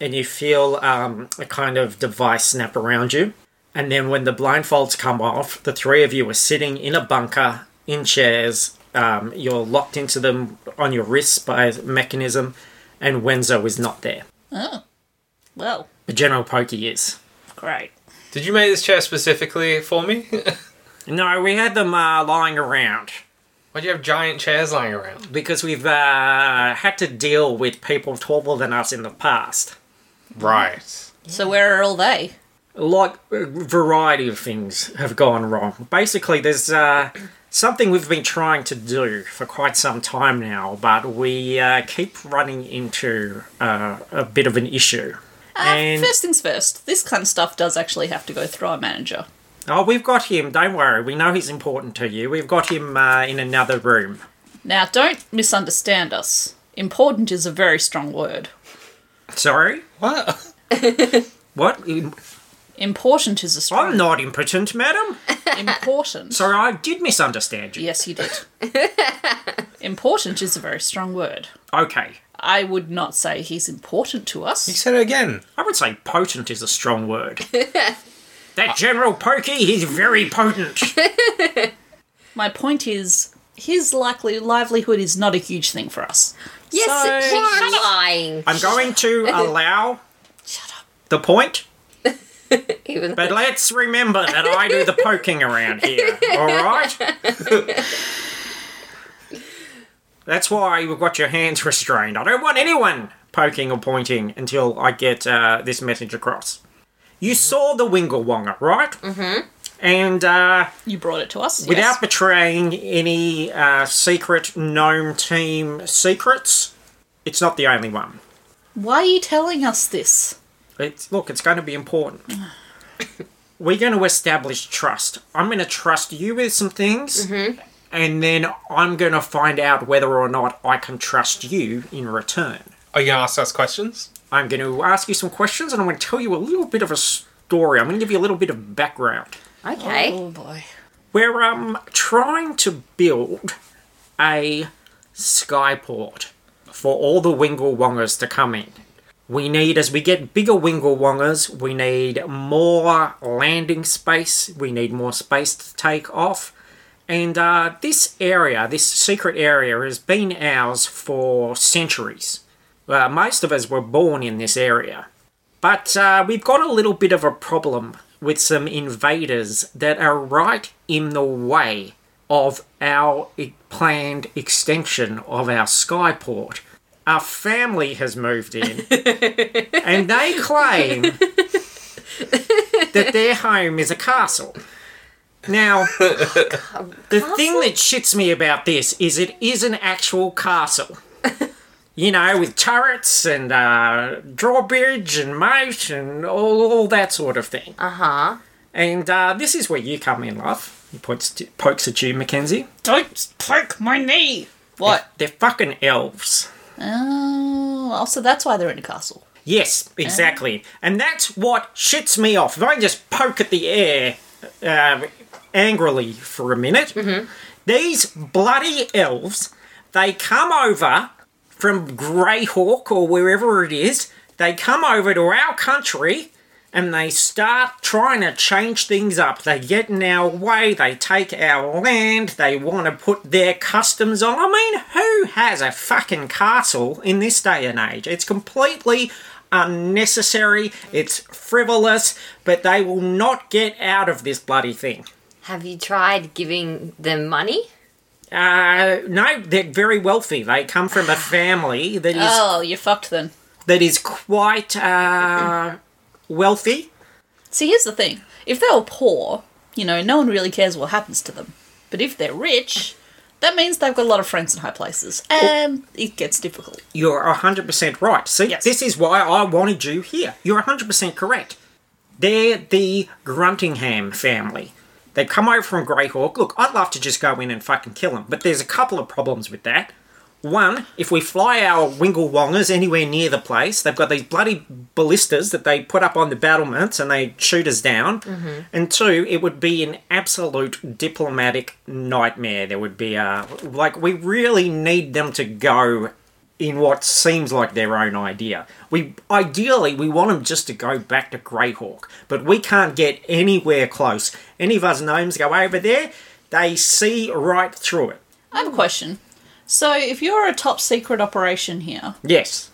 [SPEAKER 2] and you feel um, a kind of device snap around you. And then when the blindfolds come off, the three of you are sitting in a bunker in chairs. Um, you're locked into them on your wrists by a mechanism, and Wenzo is not there.
[SPEAKER 4] well,
[SPEAKER 2] The General Pokey is.
[SPEAKER 4] great.
[SPEAKER 5] Did you make this chair specifically for me? [LAUGHS]
[SPEAKER 2] No, we had them uh, lying around
[SPEAKER 5] Why do you have giant chairs lying around?
[SPEAKER 2] because we've uh, had to deal with people taller than us in the past.
[SPEAKER 5] Right.
[SPEAKER 4] So where are all they?
[SPEAKER 2] like a variety of things have gone wrong. Basically, there's uh, something we've been trying to do for quite some time now, but we uh, keep running into uh, a bit of an issue.
[SPEAKER 4] Uh,
[SPEAKER 2] and
[SPEAKER 4] first things first, this kind of stuff does actually have to go through our manager.
[SPEAKER 2] oh, we've got him. Don't worry, we know he's important to you. We've got him uh, in another room.
[SPEAKER 4] Now, don't misunderstand us. Important is a very strong word.
[SPEAKER 2] Sorry,
[SPEAKER 5] What? [LAUGHS]
[SPEAKER 2] what?
[SPEAKER 4] Important is a strong
[SPEAKER 2] I'm not impotent, madam.
[SPEAKER 4] Important.
[SPEAKER 2] Sorry, I did misunderstand you.
[SPEAKER 4] Yes, you did. [LAUGHS] important is a very strong word.
[SPEAKER 2] Okay,
[SPEAKER 4] I would not say he's important to
[SPEAKER 5] You
[SPEAKER 4] us.
[SPEAKER 5] said it again.
[SPEAKER 2] I would say potent is a strong
[SPEAKER 4] [LAUGHS]
[SPEAKER 2] word. that General Pokey, he's very
[SPEAKER 4] [LAUGHS]
[SPEAKER 2] potent.
[SPEAKER 4] My point is, his likely livelihood is not a huge thing for us.
[SPEAKER 3] Yes,
[SPEAKER 4] So-
[SPEAKER 3] he's lying.
[SPEAKER 2] I'm going to allow
[SPEAKER 4] Shut up.
[SPEAKER 2] the point,
[SPEAKER 3] Even
[SPEAKER 2] but let's remember that I do the poking around
[SPEAKER 4] [LAUGHS]
[SPEAKER 2] here, alright? That's why you've got your hands restrained. I don't want anyone poking or pointing until I get uh, this message across. You saw the Winglewonga, right? Mm-hmm. And uh,
[SPEAKER 4] You brought it to us.
[SPEAKER 2] without
[SPEAKER 4] yes.
[SPEAKER 2] betraying any uh, secret gnome team secrets, it's not the only one.
[SPEAKER 4] Why are you telling us this?
[SPEAKER 2] It's, look, it's going to be important. We're going to establish trust. I'm going to trust you with some things, and then I'm going to find out whether or not I can trust you in return.
[SPEAKER 5] Are Oh, you gonna ask us questions?
[SPEAKER 2] I'm going to ask you some questions, and I'm going to tell you a little bit of a story. I'm going to give you a little bit of background.
[SPEAKER 3] Okay.
[SPEAKER 4] Oh boy.
[SPEAKER 2] We're um trying to build a skyport for all the Winglewongas to come in. We need, as we get bigger Winglewongas, we need more landing space. We need more space to take off. And uh, this area, this secret area, has been ours for centuries. Uh, most of us were born in this area. But uh, we've got a little bit of a problem with some invaders that are right in the way of our e- planned extension of our skyport. Our family has moved in, and they claim that their home is a castle. Now, the thing that shits me about this is it is an actual castle you know, with turrets and uh, drawbridge and moat and all, all that sort of thing.
[SPEAKER 3] Uh huh.
[SPEAKER 2] And uh, this is where you come in, love. He points to, pokes at you, Mackenzie.
[SPEAKER 4] Don't poke my knee. What?
[SPEAKER 2] They're fucking elves.
[SPEAKER 4] Oh, oh, so that's why they're in a castle.
[SPEAKER 2] Yes, exactly. And that's what shits me off. If I just poke at the air uh, angrily for a minute, these bloody elves, they come over from Greyhawk or wherever it is, they come over to our country and they start trying to change things up. They get in our way, they take our land, they want to put their customs on. I mean, who has a fucking castle in this day and age? It's completely unnecessary, it's frivolous, but they will not get out of this bloody thing.
[SPEAKER 3] Have you tried giving them money?
[SPEAKER 2] Uh, no, they're very wealthy. They come from a family that is
[SPEAKER 4] Oh, you're fucked then.
[SPEAKER 2] that is quite uh, wealthy.
[SPEAKER 4] See, here's the thing. If they were poor, you know, no one really cares what happens to them. But if they're rich, that means they've got a lot of friends in high places, and it gets difficult.
[SPEAKER 2] You're 100% right. See,
[SPEAKER 4] Yes.
[SPEAKER 2] this is why I wanted you here. You're 100% correct. They're the Gruntingham family. They come over from Greyhawk. Look, I'd love to just go in and fucking kill them, but there's a couple of problems with that. One, if we fly our Winglewongers anywhere near the place, they've got these bloody ballistas that they put up on the battlements and they shoot us down. And two, it would be an absolute diplomatic nightmare. There would be a. Like, we really need them to go in what seems like their own idea. We ideally we want them just to go back to Greyhawk, but we can't get anywhere close. Any of us gnomes go over there, they see right through it.
[SPEAKER 4] I have a question. So, if you're a top secret operation here,
[SPEAKER 2] Yes.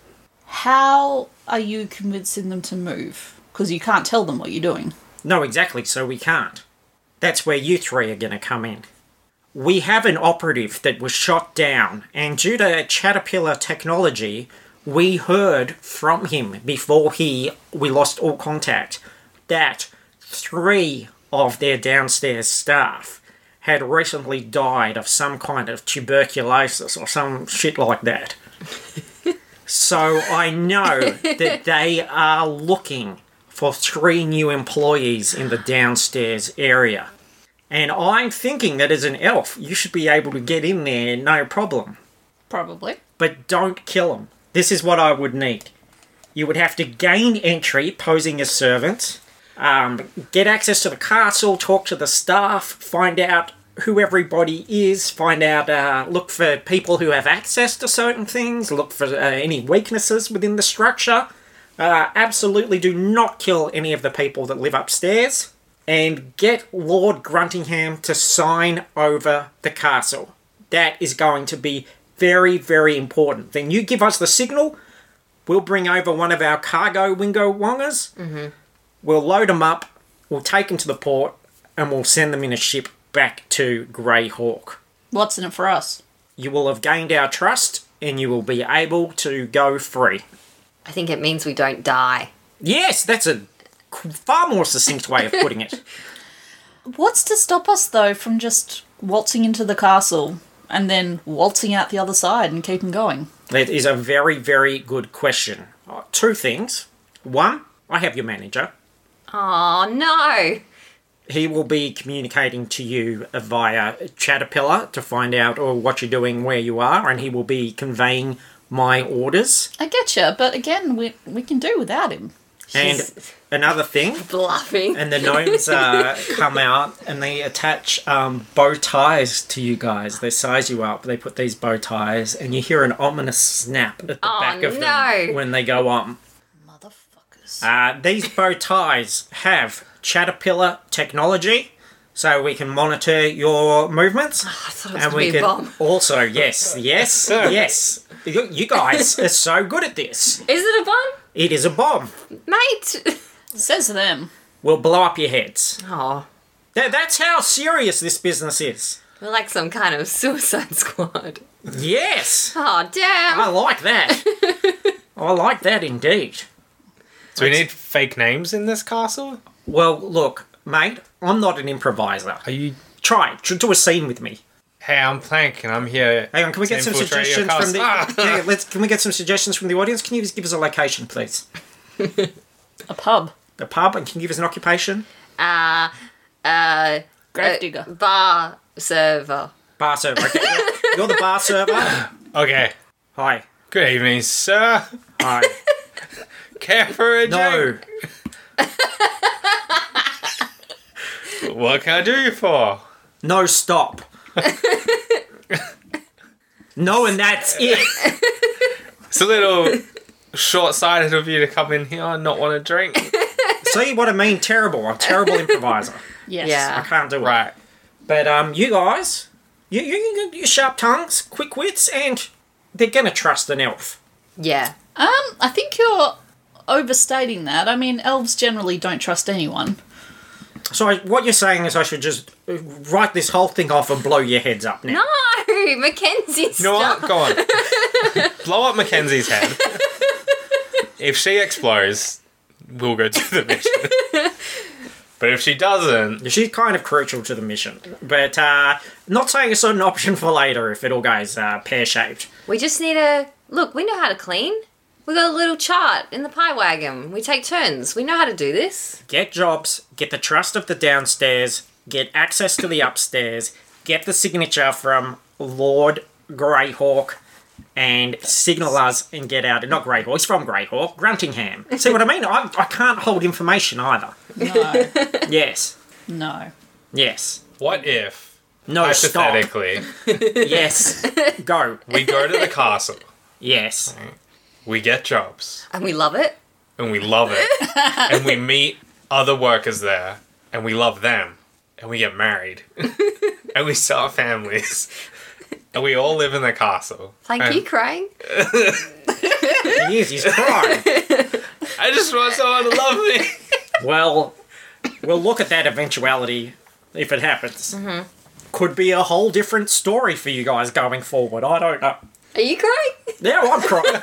[SPEAKER 4] how are you convincing them to move? Because you can't tell them what you're doing.
[SPEAKER 2] No, exactly. So we can't. That's where you three are going to come in. We have an operative that was shot down, and due to Caterpillar technology, we heard from him before he we lost all contact that three of their downstairs staff had recently died of some kind of tuberculosis or some shit like that. So I know that they are looking for three new employees in the downstairs area. And I'm thinking that as an elf, you should be able to get in there no problem.
[SPEAKER 4] Probably.
[SPEAKER 2] But don't kill them. This is what I would need. You would have to gain entry posing as servant, um, get access to the castle, talk to the staff, find out who everybody is, find out, uh, look for people who have access to certain things, look for uh, any weaknesses within the structure. Uh, absolutely do not kill any of the people that live upstairs. And get Lord Gruntingham to sign over the castle. That is going to be very, very important. Then you give us the signal. We'll bring over one of our cargo wingo wongers. Mm-hmm. We'll load them up. We'll take them to the port, and we'll send them in a ship back to Grey Hawk.
[SPEAKER 4] What's in it for us?
[SPEAKER 2] You will have gained our trust, and you will be able to go free.
[SPEAKER 3] I think it means we don't die.
[SPEAKER 2] Yes, that's a qu- far more succinct way of putting it.
[SPEAKER 4] What's to stop us though from just waltzing into the castle and then waltzing out the other side and keeping going?
[SPEAKER 2] That is a very, very good question. Uh, Two things. One, I have your manager.
[SPEAKER 3] Oh no.
[SPEAKER 2] He will be communicating to you via Chatterpillar to find out or what you're doing, where you are, and he will be conveying my orders.
[SPEAKER 4] I get you, but again, we we can do without him.
[SPEAKER 2] And another thing,
[SPEAKER 3] Bluffing.
[SPEAKER 2] and the gnomes
[SPEAKER 3] [LAUGHS]
[SPEAKER 2] uh, come out and they attach um, bow ties to you guys. They size you up. They put these bow ties, and you hear an ominous snap at the
[SPEAKER 3] Oh,
[SPEAKER 2] back of
[SPEAKER 3] no.
[SPEAKER 2] them when they go on.
[SPEAKER 4] Motherfuckers.
[SPEAKER 2] Uh, these bow ties have Chatterpillar technology, so we can monitor your movements.
[SPEAKER 3] I thought it was Oh, gonna be a bomb.
[SPEAKER 2] also, yes, yes, yes. You, you guys are so good at this.
[SPEAKER 3] Is it a bomb?
[SPEAKER 2] It is a bomb.
[SPEAKER 3] Mate. [LAUGHS]
[SPEAKER 4] Says them.
[SPEAKER 2] We'll blow up your heads.
[SPEAKER 3] Oh.
[SPEAKER 2] Th- that's how serious this business is.
[SPEAKER 3] We're like some kind of suicide [LAUGHS] squad.
[SPEAKER 2] Yes,
[SPEAKER 3] Oh damn.
[SPEAKER 2] I like that. I like that indeed.
[SPEAKER 5] Do we need fake names in this castle?
[SPEAKER 2] Well, look, mate, I'm not an improviser.
[SPEAKER 5] Are you?
[SPEAKER 2] Try, tr- do a scene with me.
[SPEAKER 5] Hey, I'm Plank, and I'm here.
[SPEAKER 2] Hang on, can we get
[SPEAKER 5] to
[SPEAKER 2] some
[SPEAKER 5] infiltrate your
[SPEAKER 2] suggestions from the?
[SPEAKER 5] castle.
[SPEAKER 2] [LAUGHS]
[SPEAKER 5] Ah!
[SPEAKER 2] Yeah, let's. Can we get some suggestions from the audience? Can you just give us a location, please?
[SPEAKER 4] A pub.
[SPEAKER 2] A pub, and can you give us an occupation?
[SPEAKER 3] Uh uh
[SPEAKER 4] Grave
[SPEAKER 3] uh,
[SPEAKER 4] digger.
[SPEAKER 3] Bar server.
[SPEAKER 2] Bar server. Okay, you're- you're the bar server.
[SPEAKER 5] Ah! [LAUGHS] Okay.
[SPEAKER 2] Hi,
[SPEAKER 5] Good evening, sir. [LAUGHS]
[SPEAKER 2] hi.
[SPEAKER 5] Care for a
[SPEAKER 2] No,
[SPEAKER 5] drink? What can I do you for?
[SPEAKER 2] no,
[SPEAKER 5] [LAUGHS]
[SPEAKER 2] stop. No, and that's it.
[SPEAKER 5] It's
[SPEAKER 2] [LAUGHS]
[SPEAKER 5] a little short-sighted of you to come in here and not want to drink.
[SPEAKER 2] See what I mean? Terrible. I'm a terrible improviser.
[SPEAKER 4] Yes.
[SPEAKER 2] I
[SPEAKER 3] Yeah.
[SPEAKER 2] can't do it.
[SPEAKER 5] right.
[SPEAKER 2] But um, you guys, you you, you, you sharp tongues, quick wits, and they're gonna trust an elf.
[SPEAKER 3] Yeah.
[SPEAKER 4] Um, I think you're overstating that. I mean, elves generally don't trust anyone.
[SPEAKER 2] So I, what you're saying is I should just uh, write this whole thing off and blow your heads up now.
[SPEAKER 3] No, [LAUGHS] Mackenzie,
[SPEAKER 5] You know what?
[SPEAKER 3] stop.
[SPEAKER 5] Go on.
[SPEAKER 2] [LAUGHS]
[SPEAKER 5] Blow up Mackenzie's head. if she explodes, we'll go to the mission. but if she doesn't,
[SPEAKER 2] She's kind of crucial to the mission, but uh, not saying it's not an option for later if it all goes uh, pear shaped.
[SPEAKER 3] We just need a look. We know how to clean. We got a little chart in the pie wagon. We take turns. We know how to do this.
[SPEAKER 2] Get jobs, get the trust of the downstairs, get access to the upstairs, get the signature from Lord Greyhawk, and signal us and get out. Not Greyhawk, he's from Greyhawk, Gruntingham. See what I mean? I, I can't hold information either.
[SPEAKER 3] [LAUGHS]
[SPEAKER 4] No.
[SPEAKER 2] Yes,
[SPEAKER 4] no.
[SPEAKER 2] yes.
[SPEAKER 5] what if
[SPEAKER 2] No, stop.
[SPEAKER 5] hypothetically
[SPEAKER 2] Yes, go.
[SPEAKER 5] we go to the castle,
[SPEAKER 2] Yes.
[SPEAKER 5] we get jobs,
[SPEAKER 3] And we love it.
[SPEAKER 5] and we love
[SPEAKER 3] [LAUGHS]
[SPEAKER 5] it, and we meet other workers there, and we love them, and we get
[SPEAKER 3] [LAUGHS]
[SPEAKER 5] married, and we start families, and we all live in the castle.
[SPEAKER 3] Plank,
[SPEAKER 5] And
[SPEAKER 3] you crying?
[SPEAKER 2] He is, he's crying.
[SPEAKER 5] I just want someone to love me.
[SPEAKER 2] Well, we'll look at that eventuality if it happens. Could be a whole different story for you guys going forward. I don't know.
[SPEAKER 3] Are you crying? [LAUGHS]
[SPEAKER 2] Now I'm crying.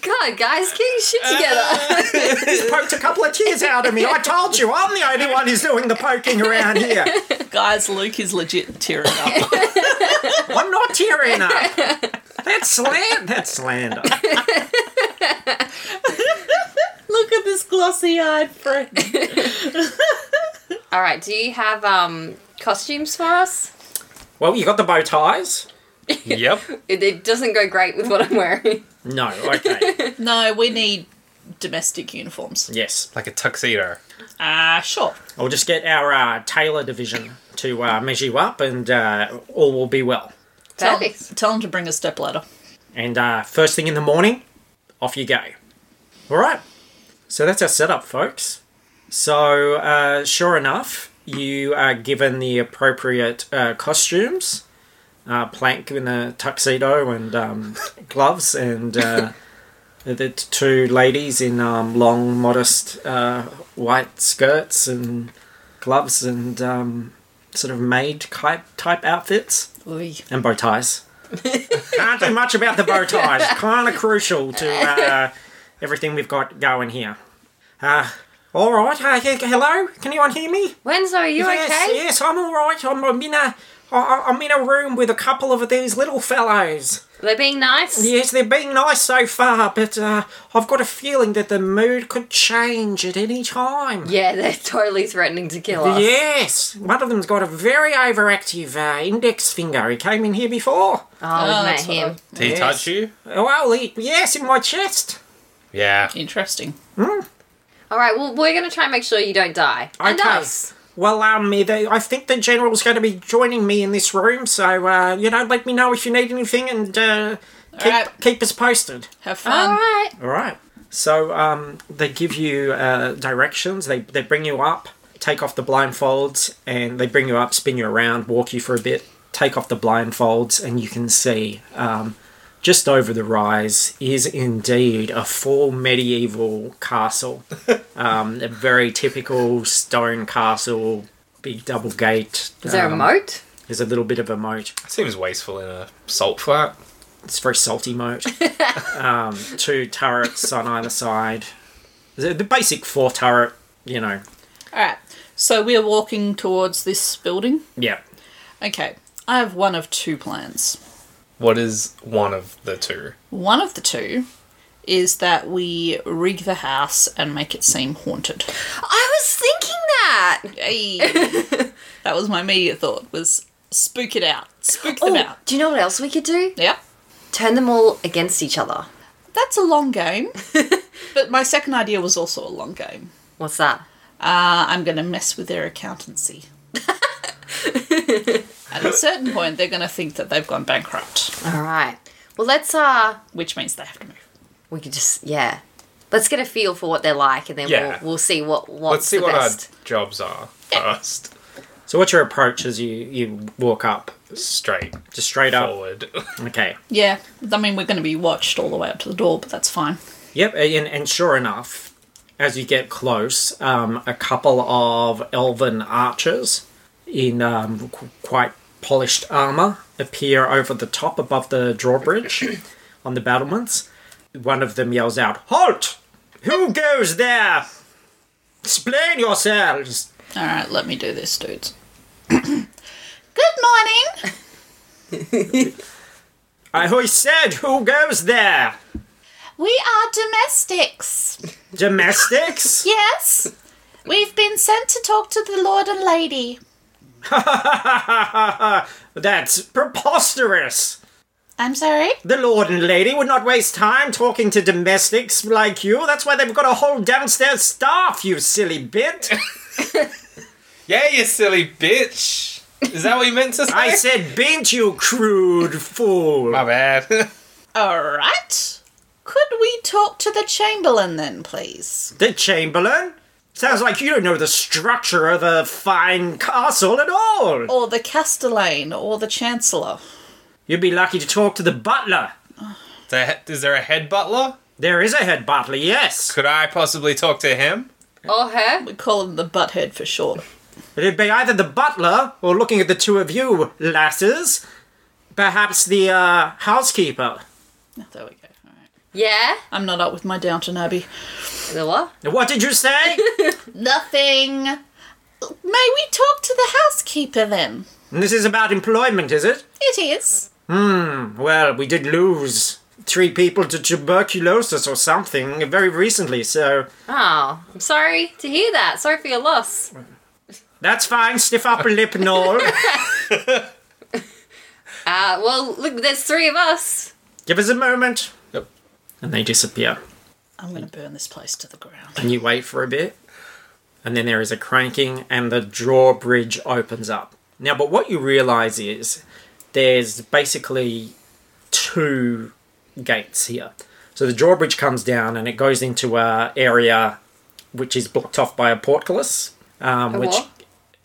[SPEAKER 3] God, guys, get your shit together.
[SPEAKER 2] He's poked a couple of tears out of me. I told you, I'm the only one who's doing the poking around here.
[SPEAKER 4] Guys, Luke is legit tearing
[SPEAKER 3] [LAUGHS]
[SPEAKER 4] up.
[SPEAKER 2] I'm not tearing up. That's slander. That's slander.
[SPEAKER 4] Look at this glossy eyed friend.
[SPEAKER 3] [LAUGHS] All right. Do you have um costumes for us?
[SPEAKER 2] Well, you got the bow ties?
[SPEAKER 5] yep.
[SPEAKER 3] It, it doesn't go great with what I'm wearing. [LAUGHS]
[SPEAKER 2] No, okay.
[SPEAKER 4] No, we need domestic uniforms.
[SPEAKER 2] Yes.
[SPEAKER 5] Like a tuxedo.
[SPEAKER 4] Ah, sure.
[SPEAKER 2] I'll just get our uh, tailor division to uh, measure you up, and uh, all will be well.
[SPEAKER 4] Tell,
[SPEAKER 3] Perfect.
[SPEAKER 4] tell him to bring a stepladder.
[SPEAKER 2] And uh, first thing in the morning, off you go. All right. So that's our setup, folks. So, uh, sure enough, you are given the appropriate uh, costumes. Uh, Plank in a tuxedo and um, [LAUGHS] gloves, and uh, [LAUGHS] the- the two ladies in um, long, modest uh, white skirts and gloves and um, sort of maid type type outfits
[SPEAKER 4] Oy.
[SPEAKER 2] and bow ties. Can't do
[SPEAKER 3] [LAUGHS]
[SPEAKER 2] much about the bow ties. Kind of crucial to uh, everything we've got going here. Uh, all right. Uh, he- hello. Can anyone hear me?
[SPEAKER 3] Wenzo, are you
[SPEAKER 2] yes,
[SPEAKER 3] okay?
[SPEAKER 2] yes, I'm all right. I'm, I'm in a, I, I'm in a room with a couple of these little fellows.
[SPEAKER 3] They're being nice.
[SPEAKER 2] Yes, they're being nice so far, but uh, I've got a feeling that the mood could change at any time.
[SPEAKER 3] Yeah, they're totally threatening to kill us.
[SPEAKER 2] Yes, one of them's got a very overactive uh, index finger. He came in here before.
[SPEAKER 3] Oh, we've
[SPEAKER 4] Oh,
[SPEAKER 3] met
[SPEAKER 4] that's what
[SPEAKER 3] him.
[SPEAKER 5] Did he
[SPEAKER 2] Yes.
[SPEAKER 5] touch you?
[SPEAKER 2] Well, he, yes, in my chest.
[SPEAKER 5] Yeah.
[SPEAKER 4] Interesting.
[SPEAKER 3] All right, well, we're going to try and make sure you don't die. And
[SPEAKER 2] Okay.
[SPEAKER 3] us.
[SPEAKER 2] Well, um, they, I think the general's going to be joining me in this room, so uh, you know, let me know if you need anything and uh, keep
[SPEAKER 4] Alright.
[SPEAKER 2] keep us posted.
[SPEAKER 4] Have
[SPEAKER 3] All
[SPEAKER 4] fun.
[SPEAKER 3] right.
[SPEAKER 2] All right. So um, they give you uh, directions. They they bring you up, take off the blindfolds, and they bring you up, spin you around, walk you for a bit, take off the blindfolds, and you can see um, just over the rise is indeed a full medieval castle. um, a very typical stone castle, big double gate. um,
[SPEAKER 3] Is there a moat?
[SPEAKER 2] There's a little bit of a moat.
[SPEAKER 5] Seems wasteful in a salt flat.
[SPEAKER 2] It's a very salty moat. um, two turrets on either side. The, the basic four turret, you know.
[SPEAKER 4] All right. So we're walking towards this building.
[SPEAKER 2] Yeah.
[SPEAKER 4] Okay. I have one of two plans.
[SPEAKER 5] What is one of the two?
[SPEAKER 4] One of the two is that we rig the house and make it seem haunted.
[SPEAKER 3] I was thinking that.
[SPEAKER 4] Yay. that was my immediate thought was spook it out. Spook them
[SPEAKER 3] Oh,
[SPEAKER 4] out.
[SPEAKER 3] do you know what else we could do?
[SPEAKER 4] Yeah.
[SPEAKER 3] Turn them all against each other.
[SPEAKER 4] That's a long game. but my second idea was also a long game.
[SPEAKER 3] What's that?
[SPEAKER 4] Uh, I'm going to mess with their accountancy. At a certain point, they're going to think that they've gone bankrupt,
[SPEAKER 3] All right. Well, let's uh,
[SPEAKER 4] which means they have to move.
[SPEAKER 3] we could just yeah, let's get a feel for what they're like, and then
[SPEAKER 5] Yeah.
[SPEAKER 3] we'll, we'll see what what's
[SPEAKER 5] Let's see
[SPEAKER 3] the
[SPEAKER 5] what
[SPEAKER 3] best.
[SPEAKER 5] our jobs are first.
[SPEAKER 2] So what's your approach as you, you walk up?
[SPEAKER 5] Straight
[SPEAKER 2] Just straight up.
[SPEAKER 5] forward.
[SPEAKER 2] Okay.
[SPEAKER 4] Yeah, I mean, we're going to be watched all the way up to the door, but that's fine.
[SPEAKER 2] Yep, and, and sure enough, as you get close, um, a couple of elven archers in um, qu- quite polished armour appear over the top above the drawbridge [COUGHS] on the battlements. One of them yells out, Halt! Who goes there? Explain yourselves!
[SPEAKER 4] All right, let me do this, dudes. [COUGHS] Good morning.
[SPEAKER 2] I always said, Who goes there?
[SPEAKER 4] We are domestics.
[SPEAKER 2] Domestics?
[SPEAKER 4] Yes. We've been sent to talk to the Lord and Lady.
[SPEAKER 2] That's preposterous!
[SPEAKER 4] I'm sorry.
[SPEAKER 2] The lord and lady would not waste time talking to domestics like you. That's why they've got a whole downstairs staff, you silly bit.
[SPEAKER 5] yeah, you silly bitch. Is that what you meant to say? [LAUGHS]
[SPEAKER 2] I said, bint, you crude fool.
[SPEAKER 5] My bad. [LAUGHS]
[SPEAKER 4] All right. Could we talk to the Chamberlain then, please?
[SPEAKER 2] The chamberlain? Sounds like you don't know the structure of a fine castle at all.
[SPEAKER 4] Or the Castellane, or the Chancellor?
[SPEAKER 2] You'd be lucky to talk to the butler.
[SPEAKER 5] The he- Is there a head butler?
[SPEAKER 2] There is a head butler, yes.
[SPEAKER 5] Could I possibly talk to him?
[SPEAKER 3] Or Oh, her?
[SPEAKER 4] We call him the Butthead for short.
[SPEAKER 2] It'd be either the butler or looking at the two of you, lasses. Perhaps the uh, housekeeper.
[SPEAKER 4] [LAUGHS] There we go. All right.
[SPEAKER 3] Yeah.
[SPEAKER 4] I'm not up with my Downton Abbey.
[SPEAKER 3] The what?
[SPEAKER 2] What did you say?
[SPEAKER 4] Nothing. May we talk to the housekeeper then?
[SPEAKER 2] And this is about employment, is it?
[SPEAKER 4] It is.
[SPEAKER 2] Well, we did lose three people to tuberculosis or something very recently, so
[SPEAKER 3] Oh, I'm sorry to hear that. Sorry for your loss.
[SPEAKER 2] that's fine. Stiff upper lip and
[SPEAKER 3] [LAUGHS]
[SPEAKER 2] all.
[SPEAKER 3] Uh, well, look, there's three of us.
[SPEAKER 2] Give us a moment.
[SPEAKER 5] Yep.
[SPEAKER 2] And they disappear.
[SPEAKER 4] I'm going to burn this place to the ground.
[SPEAKER 2] And you wait for a bit. And then there is a cranking, and the drawbridge opens up. Now, but what you realize is there's basically two gates here. So the drawbridge comes down and it goes into a area which is blocked off by a portcullis, um,
[SPEAKER 3] A
[SPEAKER 2] which
[SPEAKER 3] what?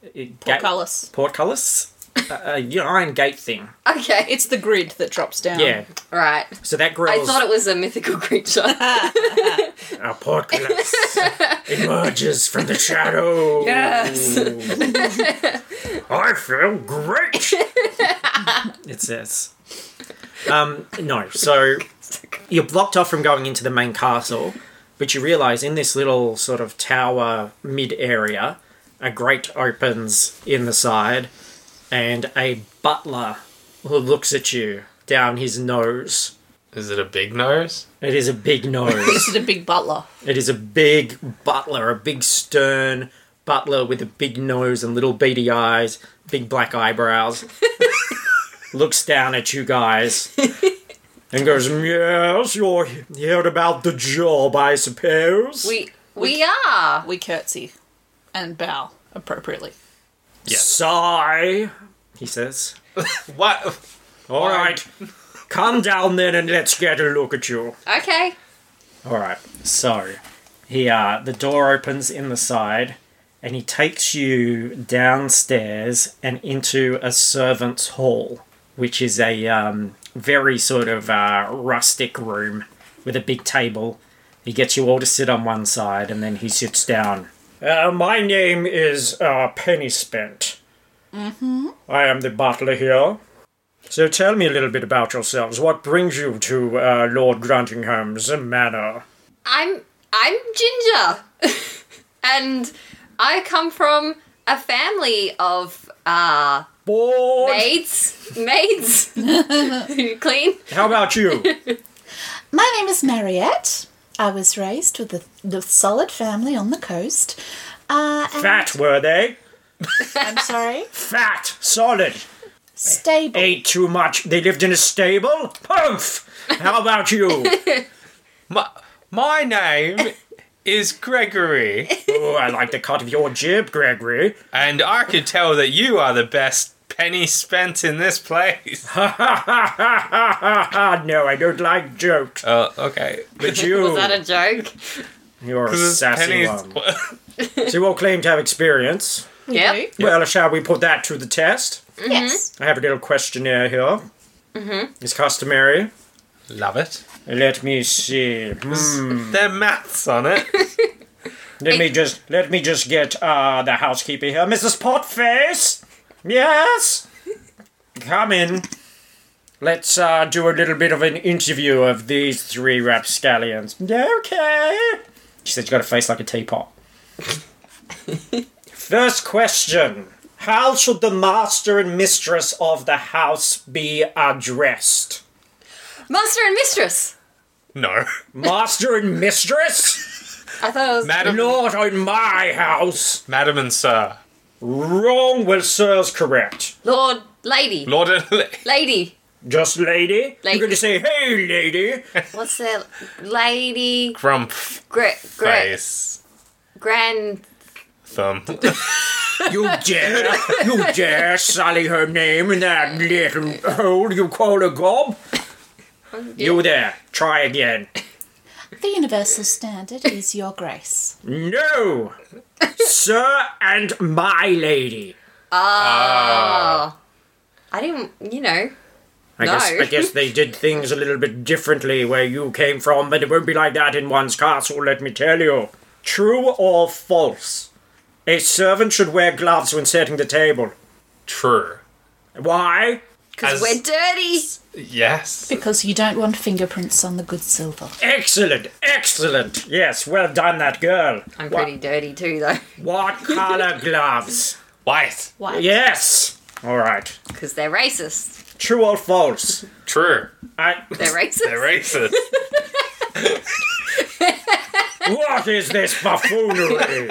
[SPEAKER 2] it- gate-
[SPEAKER 4] Portcullis.
[SPEAKER 3] [LAUGHS]
[SPEAKER 2] portcullis, a, a you know, uh, iron gate thing.
[SPEAKER 3] Okay. [LAUGHS]
[SPEAKER 4] It's the grid that drops down.
[SPEAKER 2] Yeah.
[SPEAKER 3] right.
[SPEAKER 2] So that
[SPEAKER 3] Um, I
[SPEAKER 2] grill's
[SPEAKER 3] thought it was a mythical creature.
[SPEAKER 5] [LAUGHS]
[SPEAKER 2] a portcullis emerges from the shadow.
[SPEAKER 3] Yes.
[SPEAKER 2] [LAUGHS] I feel great. it says. Um, no, so you're blocked off from going into the main castle, But you realize in this little sort of tower mid area, a grate opens in the side, and a butler looks at you down his nose.
[SPEAKER 5] Is it a big nose?
[SPEAKER 2] It is a big nose.
[SPEAKER 4] Is it a big butler?
[SPEAKER 2] It is a big butler, a big stern butler with a big nose and little beady eyes, big black eyebrows. Looks down at you guys and goes, Yes, you're here about the job, I suppose.
[SPEAKER 3] We we are.
[SPEAKER 4] We curtsy and bow appropriately.
[SPEAKER 2] Sigh, he says.
[SPEAKER 5] What?
[SPEAKER 2] All right, come down then and let's get a look at you.
[SPEAKER 3] Okay.
[SPEAKER 2] All right. So, he uh, the door opens in the side, and he takes you downstairs and into a servants' hall, which is a um, very sort of uh, rustic room with a big table. He gets you all to sit on one side, and then he sits down. Uh, my name is uh, Penny Spent. Mm-hmm. I am the butler here. So tell me a little bit about yourselves. What brings you to uh, Lord Gruntingham's manor?
[SPEAKER 3] I'm I'm Ginger, [LAUGHS] and I come from a family of uh,
[SPEAKER 2] Bored.
[SPEAKER 3] maids,
[SPEAKER 5] [LAUGHS]
[SPEAKER 3] maids [LAUGHS] who clean.
[SPEAKER 2] How about
[SPEAKER 3] [LAUGHS]
[SPEAKER 2] you?
[SPEAKER 4] My name is Mariette. I was raised with the, the solid family on the coast. Uh, and-
[SPEAKER 2] Fat were they?
[SPEAKER 4] [LAUGHS] I'm sorry.
[SPEAKER 2] Fat, solid.
[SPEAKER 4] Stable.
[SPEAKER 2] Ate too much. They lived in a stable. Poof. How about
[SPEAKER 3] [LAUGHS]
[SPEAKER 2] you?
[SPEAKER 5] My, my
[SPEAKER 2] [LAUGHS]
[SPEAKER 5] name is Gregory,
[SPEAKER 2] oh, I like the cut of your jib, Gregory.
[SPEAKER 5] and I could tell that you are the best penny spent in this [LAUGHS] place.
[SPEAKER 2] Ah, no, I don't like jokes.
[SPEAKER 5] Oh, okay.
[SPEAKER 2] But you,
[SPEAKER 3] [LAUGHS] Was that a joke?
[SPEAKER 2] you're a
[SPEAKER 5] Because
[SPEAKER 2] sassy
[SPEAKER 5] [LAUGHS]
[SPEAKER 2] one. So you all claim to have experience.
[SPEAKER 3] Yeah.
[SPEAKER 2] Well, shall we put that to the test?
[SPEAKER 4] Yes.
[SPEAKER 2] I have a little questionnaire here. Mm-hmm. It's customary.
[SPEAKER 5] Love it.
[SPEAKER 2] Let me see. Hmm.
[SPEAKER 5] There maths on
[SPEAKER 2] [LAUGHS]
[SPEAKER 5] it.
[SPEAKER 2] Let me just let me just get uh, the housekeeper here, Mrs. Potface. Yes, come in. Let's uh, do a little bit of an interview of these three rapscallions. Okay. She said, "You got a face like a teapot." First question: How should the master and mistress of the house be addressed?
[SPEAKER 3] Master and mistress.
[SPEAKER 5] No.
[SPEAKER 2] Master and mistress?
[SPEAKER 3] I thought it was
[SPEAKER 5] Madam,
[SPEAKER 2] Not in my house.
[SPEAKER 5] Madam and Sir.
[SPEAKER 2] Wrong. Well, sir's correct.
[SPEAKER 3] Lord, lady,
[SPEAKER 5] Lord and la-
[SPEAKER 3] lady.
[SPEAKER 2] Just lady?
[SPEAKER 3] Lady.
[SPEAKER 2] You're gonna say, hey lady.
[SPEAKER 3] What's that? Lady,
[SPEAKER 5] Grump
[SPEAKER 3] gre- gre-
[SPEAKER 5] face.
[SPEAKER 3] grand.
[SPEAKER 5] Thumb.
[SPEAKER 2] You dare you dare sully her name in that little hole you call a gob? You there. Try again.
[SPEAKER 4] The universal standard is your grace.
[SPEAKER 2] No! Sir and my lady.
[SPEAKER 3] I didn't, you know.
[SPEAKER 2] I guess
[SPEAKER 3] No.
[SPEAKER 2] I guess they did things a little bit differently where you came from, but it won't be like that in one's castle, let me tell you. True or false? A servant should wear gloves when setting the table.
[SPEAKER 5] True.
[SPEAKER 2] Why?
[SPEAKER 5] As-
[SPEAKER 3] Because we're dirty.
[SPEAKER 5] [LAUGHS] Yes.
[SPEAKER 4] Because you don't want fingerprints on the good silver.
[SPEAKER 2] Excellent, excellent. Yes, well done, that girl.
[SPEAKER 3] I'm
[SPEAKER 2] Wha-
[SPEAKER 3] pretty dirty too, though, [LAUGHS]
[SPEAKER 2] What color gloves?
[SPEAKER 5] White.
[SPEAKER 4] Why?
[SPEAKER 2] Yes. All right.
[SPEAKER 3] because they're racist.
[SPEAKER 2] True or false?
[SPEAKER 5] True.
[SPEAKER 2] I,
[SPEAKER 3] They're racist.
[SPEAKER 5] They're racist.
[SPEAKER 2] what is this
[SPEAKER 3] [LAUGHS]
[SPEAKER 2] buffoonery?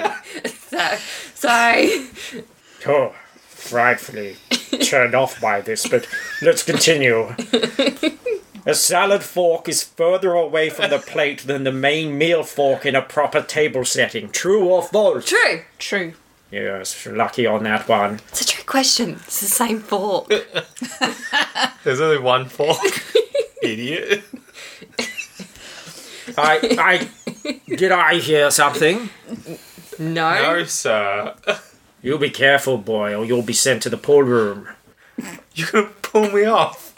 [SPEAKER 3] Sorry.
[SPEAKER 2] Oh, frightfully turned off by this, but let's continue. A salad fork is further away from the plate than the main meal fork in a proper table setting. True or false?
[SPEAKER 3] True.
[SPEAKER 4] True.
[SPEAKER 2] Yes, lucky on that one.
[SPEAKER 3] It's a trick question. It's the same fork.
[SPEAKER 5] There's only one fork. Idiot.
[SPEAKER 2] I, I, did I hear something?
[SPEAKER 3] No.
[SPEAKER 5] No, sir.
[SPEAKER 2] You be careful, boy, or you'll be sent to the pool room.
[SPEAKER 5] You're gonna pull me off.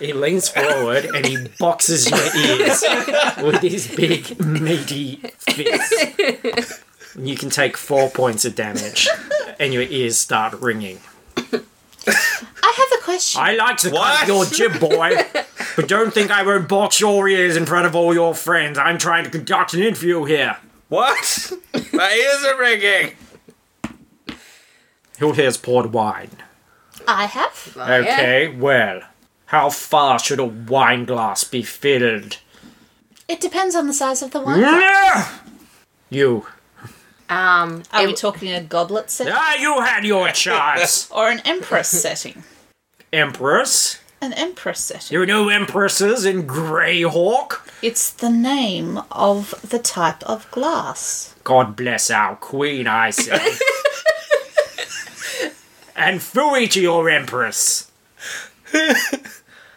[SPEAKER 2] He leans forward and he boxes your ears with his big, meaty fist. You can take four points of damage, and your ears start ringing.
[SPEAKER 4] I have a question.
[SPEAKER 2] I like to
[SPEAKER 5] What?
[SPEAKER 2] cut your jib, boy, but don't think I won't box your ears in front of all your friends. I'm trying to conduct an interview here.
[SPEAKER 5] What? My ears are ringing.
[SPEAKER 2] Who here's poured wine?
[SPEAKER 4] I have.
[SPEAKER 3] Well, Oh, yeah.
[SPEAKER 2] Okay, well, how far should a wine glass be filled?
[SPEAKER 4] It depends on the size of the wine.
[SPEAKER 2] You.
[SPEAKER 3] Um,
[SPEAKER 4] Are we
[SPEAKER 3] it-
[SPEAKER 4] talking a goblet set
[SPEAKER 2] Ah, you had [LAUGHS] your chance,
[SPEAKER 4] or an empress setting?
[SPEAKER 2] Empress.
[SPEAKER 4] An empress setting.
[SPEAKER 2] There are no empresses in Greyhawk.
[SPEAKER 4] It's the name of the type of glass.
[SPEAKER 2] God bless our queen, I [LAUGHS] say. and fooey to your [LAUGHS] empress.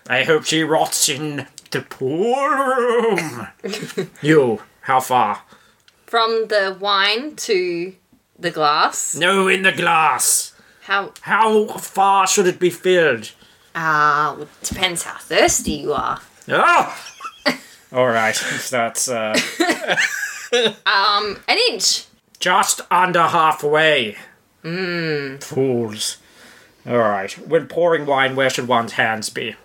[SPEAKER 2] I hope she rots in the poor room. you, how far?
[SPEAKER 3] from the wine to the glass.
[SPEAKER 2] No, in the glass.
[SPEAKER 3] How?
[SPEAKER 2] How far should it be filled?
[SPEAKER 3] Ah, well, depends how thirsty you are.
[SPEAKER 2] Oh! [LAUGHS] All right, that's uh,
[SPEAKER 3] An inch.
[SPEAKER 2] just under halfway. Mmm. Fools. All right. When pouring wine, where should one's hands be?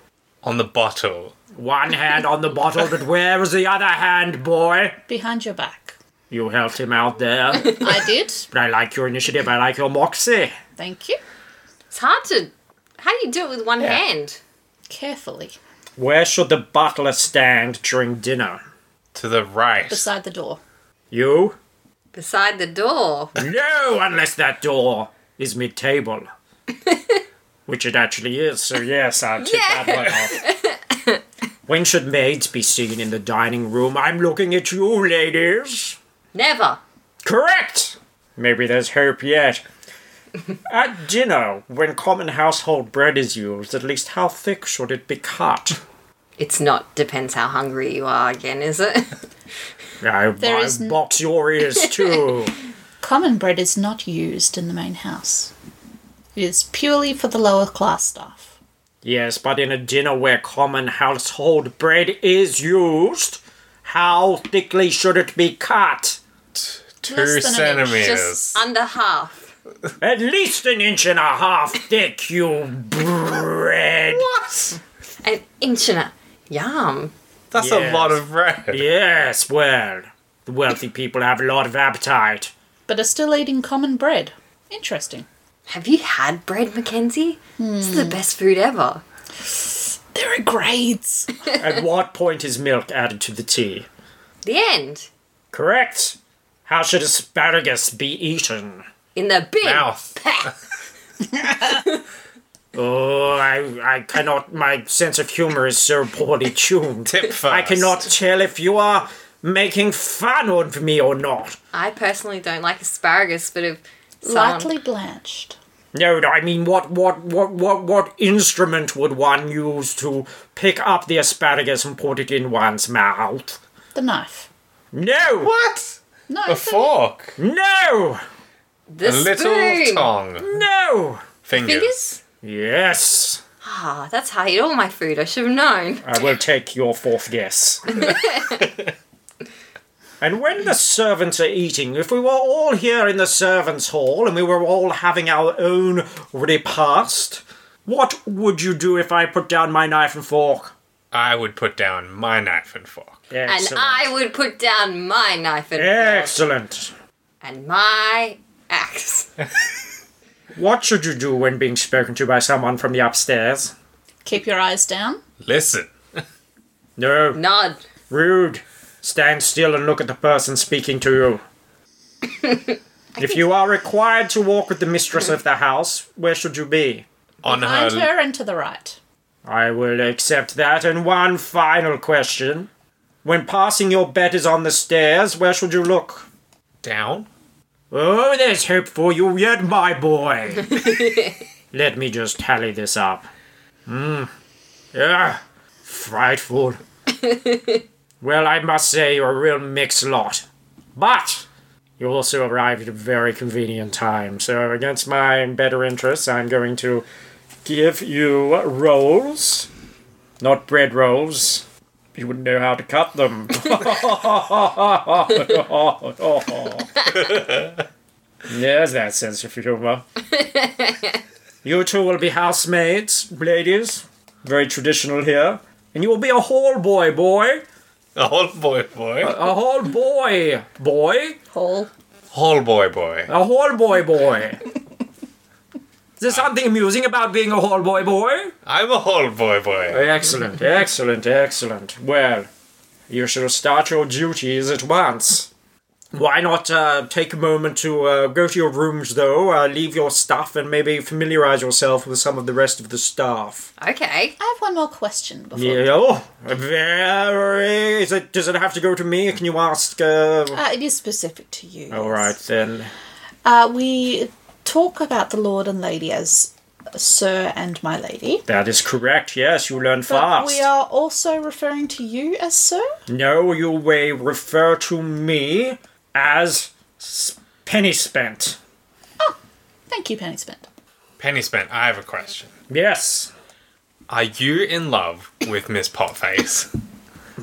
[SPEAKER 5] On the bottle.
[SPEAKER 2] One hand on the bottle, but where is the other hand, boy?
[SPEAKER 4] Behind your back.
[SPEAKER 2] You helped him out there.
[SPEAKER 4] I did.
[SPEAKER 2] But I like your initiative. I like your moxie.
[SPEAKER 4] Thank you.
[SPEAKER 3] It's hard to. How do you do it with one hand?
[SPEAKER 4] Carefully.
[SPEAKER 2] Where should the butler stand during dinner?
[SPEAKER 5] To the right.
[SPEAKER 4] Beside the door.
[SPEAKER 2] You?
[SPEAKER 3] Beside the door.
[SPEAKER 2] No, unless that door is
[SPEAKER 4] [LAUGHS]
[SPEAKER 2] mid-table, which it actually is. So yes, I'll take that one off.
[SPEAKER 4] [LAUGHS]
[SPEAKER 2] When should maids be seen in the dining room? I'm looking at you, ladies.
[SPEAKER 3] Never.
[SPEAKER 2] Correct! Maybe there's hope
[SPEAKER 4] [LAUGHS]
[SPEAKER 2] yet. At dinner, when common household bread is used, at least how thick should it be cut?
[SPEAKER 3] It's not. Depends how hungry you are. Again, is it?
[SPEAKER 5] [LAUGHS]
[SPEAKER 2] I,
[SPEAKER 4] There
[SPEAKER 2] I
[SPEAKER 4] is n-
[SPEAKER 2] box your ears
[SPEAKER 4] [LAUGHS]
[SPEAKER 2] too.
[SPEAKER 4] Common bread is not used in the main house. It is purely for the lower class staff.
[SPEAKER 2] yes, but in a dinner where common household bread is used, how thickly should it be cut?
[SPEAKER 5] Two
[SPEAKER 4] Less than an inch,
[SPEAKER 5] centimeters.
[SPEAKER 3] Just under half.
[SPEAKER 2] At least an inch and a half thick, you bread.
[SPEAKER 5] What?
[SPEAKER 3] An inch and a. Yum.
[SPEAKER 5] That's a
[SPEAKER 2] Yes.
[SPEAKER 5] lot of bread.
[SPEAKER 2] Yes, well, the wealthy people have a lot of appetite.
[SPEAKER 4] But are still eating common bread. Interesting.
[SPEAKER 3] Have you had bread, Mackenzie? This is the best food ever.
[SPEAKER 4] There are grades.
[SPEAKER 2] At what point is milk added to the tea?
[SPEAKER 3] The end.
[SPEAKER 2] Correct. How should asparagus be eaten?
[SPEAKER 3] In the bin.
[SPEAKER 5] Mouth.
[SPEAKER 2] Oh, I, I cannot. My sense of humor is so poorly tuned.
[SPEAKER 5] [LAUGHS] Tip first.
[SPEAKER 2] I cannot tell if you are making fun of me or not.
[SPEAKER 3] I personally don't like asparagus, but if someone-
[SPEAKER 4] Lightly blanched.
[SPEAKER 2] No, no, I mean, what, what, what, what, what instrument would one use to pick up the asparagus and put it in one's mouth?
[SPEAKER 4] The knife.
[SPEAKER 2] No,
[SPEAKER 5] What?
[SPEAKER 4] No.
[SPEAKER 5] A
[SPEAKER 4] the-
[SPEAKER 5] fork.
[SPEAKER 2] no,
[SPEAKER 3] the
[SPEAKER 5] A little
[SPEAKER 3] spoon.
[SPEAKER 5] tongue.
[SPEAKER 2] no.
[SPEAKER 5] Fingers.
[SPEAKER 3] Fingers?
[SPEAKER 2] Yes,
[SPEAKER 3] Ah, that's how I eat all my food. I should have known.
[SPEAKER 2] I will take your fourth
[SPEAKER 3] [LAUGHS]
[SPEAKER 2] guess. and when the servants are eating, if we were all here in the servants' hall and we were all having our own repast, what would you do if I put down my knife and fork?
[SPEAKER 5] I would put down my knife and fork.
[SPEAKER 2] Excellent.
[SPEAKER 3] And I would put down my knife and fork
[SPEAKER 2] Excellent.
[SPEAKER 3] and my axe.
[SPEAKER 2] What should you do when being spoken to by someone from the upstairs?
[SPEAKER 4] Keep your eyes down.
[SPEAKER 5] Listen.
[SPEAKER 2] No,
[SPEAKER 3] Nod.
[SPEAKER 2] rude. Stand still and look at the person speaking to you. if you are required to walk with the mistress of the house, where should you be?
[SPEAKER 5] On
[SPEAKER 4] Behind
[SPEAKER 5] her,
[SPEAKER 4] her and to the right.
[SPEAKER 2] I will accept that. And one final question. When passing your bet is on the stairs, where should you look?
[SPEAKER 5] down.
[SPEAKER 2] Oh, there's hope for you yet, my boy. Let me just tally this up. Hmm. Yeah. Frightful. well, I must say you're a real mixed lot. But you also arrived at a very convenient time. So, against my better interests, I'm going to give you rolls. Not bread rolls. You wouldn't know how to cut them. There's that sense of humor. You two will be housemates, ladies. Very traditional here. And you will be a hall boy, boy.
[SPEAKER 5] Hall boy boy.
[SPEAKER 2] A hall boy, boy.
[SPEAKER 4] Paul.
[SPEAKER 5] Hall boy boy.
[SPEAKER 2] A hall boy, boy. Is there something amusing about being a hall boy, boy?
[SPEAKER 5] I'm a hall boy boy.
[SPEAKER 2] Excellent, excellent, excellent. Well, you shall start your duties at once. Why not uh, take a moment to uh, go to your rooms, though, uh, leave your stuff, and maybe familiarize yourself with some of the rest of the staff?
[SPEAKER 3] Okay.
[SPEAKER 4] I have one more question before.
[SPEAKER 2] Yeah, oh, very. Is it, does it have to go to me? Can you ask? Uh...
[SPEAKER 4] Uh, it is specific to you.
[SPEAKER 2] All right, then.
[SPEAKER 4] Uh, we talk about the Lord and Lady as Sir and My Lady.
[SPEAKER 2] That is correct, yes, you learn
[SPEAKER 4] But
[SPEAKER 2] fast.
[SPEAKER 4] we are also referring to you as Sir.
[SPEAKER 2] No, you will refer to me as S- Penny Spent.
[SPEAKER 4] Thank you, Penny Spent.
[SPEAKER 5] Penny spent. I have a question.
[SPEAKER 2] Yes.
[SPEAKER 5] Are you in love with
[SPEAKER 3] [LAUGHS]
[SPEAKER 5] Miss Potface?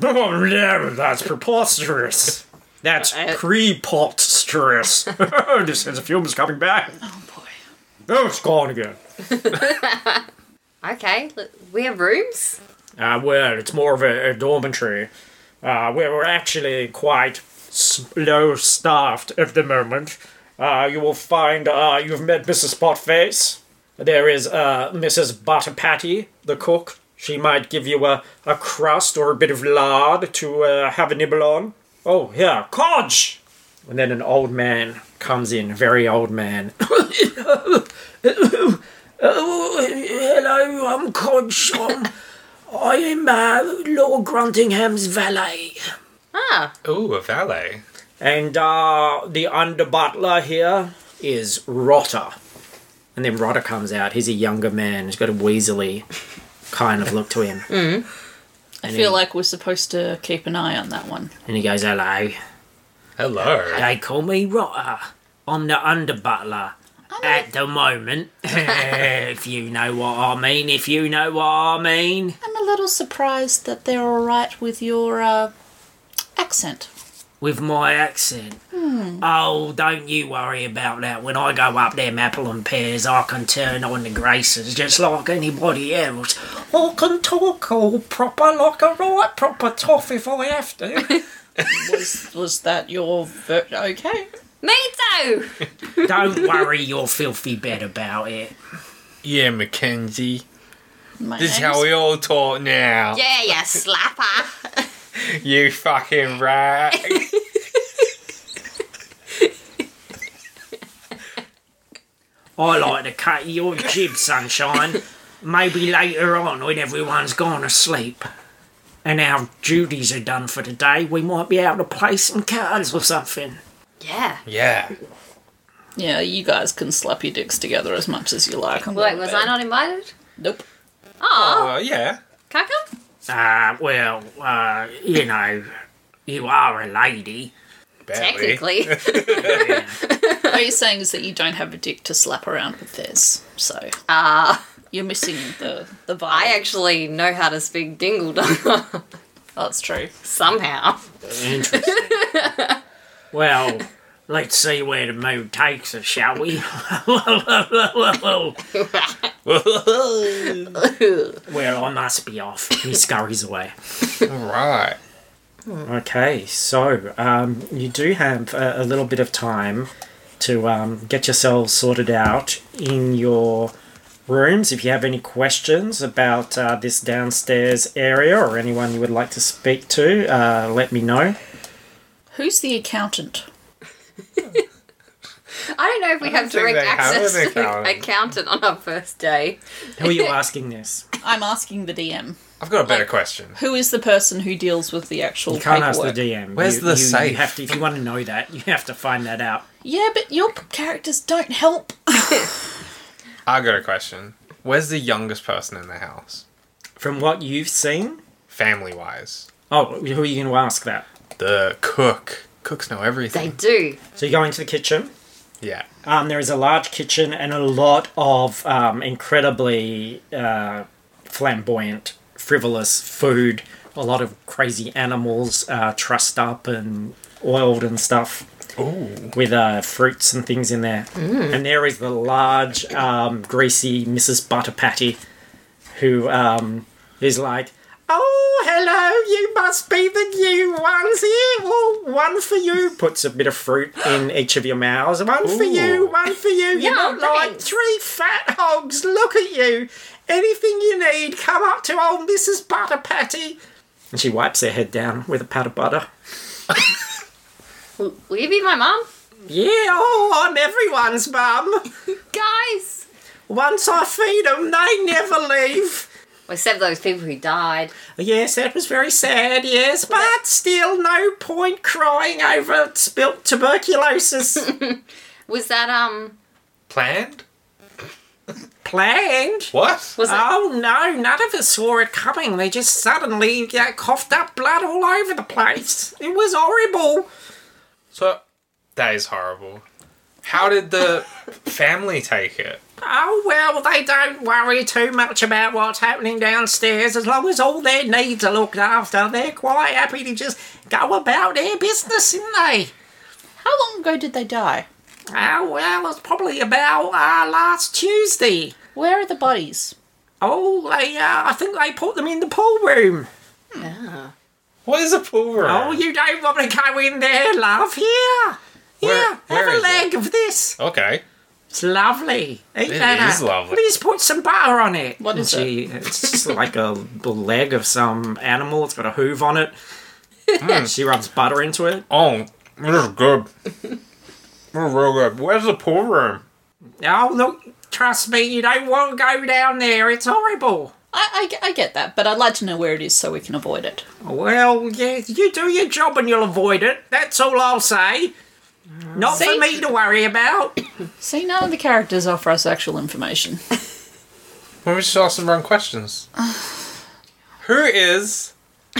[SPEAKER 2] Oh, no, [LAUGHS] that's preposterous. That's
[SPEAKER 3] I-
[SPEAKER 2] preposterous. [LAUGHS] this sense of humor's coming back.
[SPEAKER 4] Oh boy.
[SPEAKER 2] Oh, it's gone again.
[SPEAKER 3] Okay. l- We have rooms.
[SPEAKER 2] Uh, well, it's more of a, a dormitory. Uh, we we're actually quite s- low staffed at the moment. Uh, you will find uh, you've met Mrs. Spotface. There is uh, Mrs. Butter Patty, the cook. She might give you a, a crust or a bit of lard to uh, have a nibble on. Oh, here, Codge! And then an old man comes in, very old man. [COUGHS] oh, hello, I'm Codge. I'm- I am uh, Lord Gruntingham's valet.
[SPEAKER 3] Ah.
[SPEAKER 5] Ooh, a valet.
[SPEAKER 2] And uh, the under butler here is Rotter. And then Rotter comes out. He's a younger man. He's got a weaselly kind of look to him. [LAUGHS]
[SPEAKER 4] I
[SPEAKER 2] he-
[SPEAKER 4] feel like we're supposed to keep an eye on that one.
[SPEAKER 2] And he goes, Hello.
[SPEAKER 5] Hello.
[SPEAKER 2] They call me Rotter. I'm the under butler at the moment. [LAUGHS] if you know what I mean, if you know what I mean.
[SPEAKER 4] I'm a little surprised that they're all right with your uh, accent.
[SPEAKER 2] with my accent. Oh, don't you worry about that. When I go up them apple and pears, I can turn on the graces just like anybody else. I can talk all proper like a right proper toff if I have to.
[SPEAKER 4] Was was that your ver- okay?
[SPEAKER 3] Me too.
[SPEAKER 2] don't worry, you're filthy bad about it.
[SPEAKER 5] Yeah, Mackenzie.
[SPEAKER 4] My
[SPEAKER 5] This is
[SPEAKER 4] name's-
[SPEAKER 5] how we all talk now.
[SPEAKER 3] Yeah, yeah, slapper.
[SPEAKER 5] You
[SPEAKER 3] [LAUGHS]
[SPEAKER 5] fucking right.
[SPEAKER 2] I like to cut your jib, sunshine. Maybe later on, when everyone's gone asleep and our duties are done for today, we might be able to play some cards or something.
[SPEAKER 3] Yeah.
[SPEAKER 5] yeah.
[SPEAKER 4] Yeah, you guys can slap your dicks together as much as you like. I'm
[SPEAKER 3] Wait,
[SPEAKER 4] going
[SPEAKER 3] was
[SPEAKER 4] to bed.
[SPEAKER 3] I not invited?
[SPEAKER 4] Nope.
[SPEAKER 3] Oh,
[SPEAKER 5] Well, yeah.
[SPEAKER 3] can I come?
[SPEAKER 2] Uh, well, uh, you know, you are a lady.
[SPEAKER 5] Barely.
[SPEAKER 3] Technically.
[SPEAKER 4] What you're saying is that you don't have a dick to slap around with theirs, so
[SPEAKER 3] Ah,
[SPEAKER 4] you're missing the the vibe.
[SPEAKER 3] I actually know how to speak dingle [LAUGHS] dong
[SPEAKER 4] oh, that's true.
[SPEAKER 3] somehow.
[SPEAKER 2] [LAUGHS] Interesting. well, let's see where the mood takes us, shall we? [LAUGHS] well, I must be off. He scurries away.
[SPEAKER 5] [LAUGHS] right.
[SPEAKER 2] Okay, so um, you do have a, a little bit of time to um, get yourselves sorted out in your rooms. If you have any questions about uh, this downstairs area or anyone you would like to speak to, uh, let me know.
[SPEAKER 4] Who's the accountant?
[SPEAKER 3] I don't know if we have
[SPEAKER 5] think
[SPEAKER 3] direct
[SPEAKER 5] they have
[SPEAKER 3] access
[SPEAKER 5] an
[SPEAKER 3] to an
[SPEAKER 5] accountant.
[SPEAKER 3] accountant on our first day.
[SPEAKER 2] Who are you asking this?
[SPEAKER 4] I'm asking the DM.
[SPEAKER 5] I've got a
[SPEAKER 3] Oh.
[SPEAKER 5] better question.
[SPEAKER 4] Who is the person who deals with the actual
[SPEAKER 2] You can't ask the
[SPEAKER 4] paperwork?
[SPEAKER 2] DM.
[SPEAKER 5] Where's
[SPEAKER 2] You-
[SPEAKER 5] the
[SPEAKER 2] you, You
[SPEAKER 5] safe?
[SPEAKER 2] have to, if you want to know that, you have to find that out.
[SPEAKER 4] Yeah, but your p- characters don't help. [LAUGHS]
[SPEAKER 5] I got a question. Where's the youngest person in the house?
[SPEAKER 2] From what you've seen,
[SPEAKER 5] Family wise.
[SPEAKER 2] oh, who are you going to ask that?
[SPEAKER 5] The cook. Cooks know
[SPEAKER 3] They
[SPEAKER 5] everything.
[SPEAKER 3] do.
[SPEAKER 2] So you go into the kitchen.
[SPEAKER 5] yeah.
[SPEAKER 2] Um, there is a large kitchen and a lot of um, incredibly uh, flamboyant, frivolous food. A lot of crazy animals uh, trussed up and oiled and stuff.
[SPEAKER 3] Oh.
[SPEAKER 2] with uh, fruits and things in there.
[SPEAKER 3] Mm.
[SPEAKER 2] And there is the large, um, greasy Mrs. Butter Patty, who um, is like, "Oh, hello! You must be the new ones here. Oh, one for you." Puts a bit of fruit
[SPEAKER 3] [GASPS]
[SPEAKER 2] in each of your mouths. One for you.
[SPEAKER 5] Ooh.
[SPEAKER 2] One for you. You
[SPEAKER 3] Yum,
[SPEAKER 2] look like
[SPEAKER 3] thanks.
[SPEAKER 2] three fat hogs. Look at you. Anything you need, come up to old Mrs. Butter Patty. And she wipes her head down with a pat of butter.
[SPEAKER 3] Will will you be my mum?
[SPEAKER 2] Yeah, oh, I'm everyone's mum.
[SPEAKER 3] Guys!
[SPEAKER 2] Once I feed them, they never leave.
[SPEAKER 3] Well, except those people who died.
[SPEAKER 2] Yes, that was very sad, yes, but still no point crying over spilt
[SPEAKER 3] [LAUGHS]
[SPEAKER 2] tuberculosis.
[SPEAKER 3] Was that, um,
[SPEAKER 5] Planned?
[SPEAKER 2] Planned?
[SPEAKER 5] What?
[SPEAKER 3] was it?
[SPEAKER 2] Oh no, none of us saw it coming. They just suddenly uh, coughed up blood all over the place. It was horrible.
[SPEAKER 5] So that is horrible. How
[SPEAKER 3] [LAUGHS]
[SPEAKER 5] did the family take it?
[SPEAKER 2] Oh well, they don't worry too much about what's happening downstairs. As long as all their needs are looked after, they're quite happy to just go about their business, isn't they?
[SPEAKER 4] How long ago did they die?
[SPEAKER 2] Oh well, it's probably about uh, last Tuesday.
[SPEAKER 4] Where are the bodies?
[SPEAKER 2] Oh, they, uh, I think they put them in the pool room.
[SPEAKER 3] Ah.
[SPEAKER 5] What is a pool room?
[SPEAKER 2] Oh, you don't want to go in there, love. Here,
[SPEAKER 5] Where-
[SPEAKER 2] here,
[SPEAKER 5] where
[SPEAKER 2] have a
[SPEAKER 5] is it?
[SPEAKER 2] leg of this.
[SPEAKER 5] Okay.
[SPEAKER 2] It's lovely. Eat
[SPEAKER 5] It
[SPEAKER 2] that
[SPEAKER 5] is
[SPEAKER 2] up.
[SPEAKER 5] lovely.
[SPEAKER 2] Please put some butter on it.
[SPEAKER 4] What is
[SPEAKER 2] And she- It's just like a leg of some animal. It's got a hoof on it. [LAUGHS]
[SPEAKER 5] Hmm.
[SPEAKER 2] she rubs butter into it.
[SPEAKER 5] Oh, this is good. [LAUGHS] This is real good. Where's the pool room?
[SPEAKER 2] Oh, look, trust me, you don't want to go down there. It's horrible.
[SPEAKER 4] I, I, I get that, but I'd like to know where it is so we can avoid it.
[SPEAKER 2] Well, yeah, you do your job and you'll avoid it. That's all I'll say. Not
[SPEAKER 4] See?
[SPEAKER 2] for me to worry about.
[SPEAKER 4] See, none of the characters offer us
[SPEAKER 3] [LAUGHS]
[SPEAKER 4] actual information.
[SPEAKER 5] Well, we should ask some
[SPEAKER 2] [SIGHS]
[SPEAKER 5] wrong questions. Who is?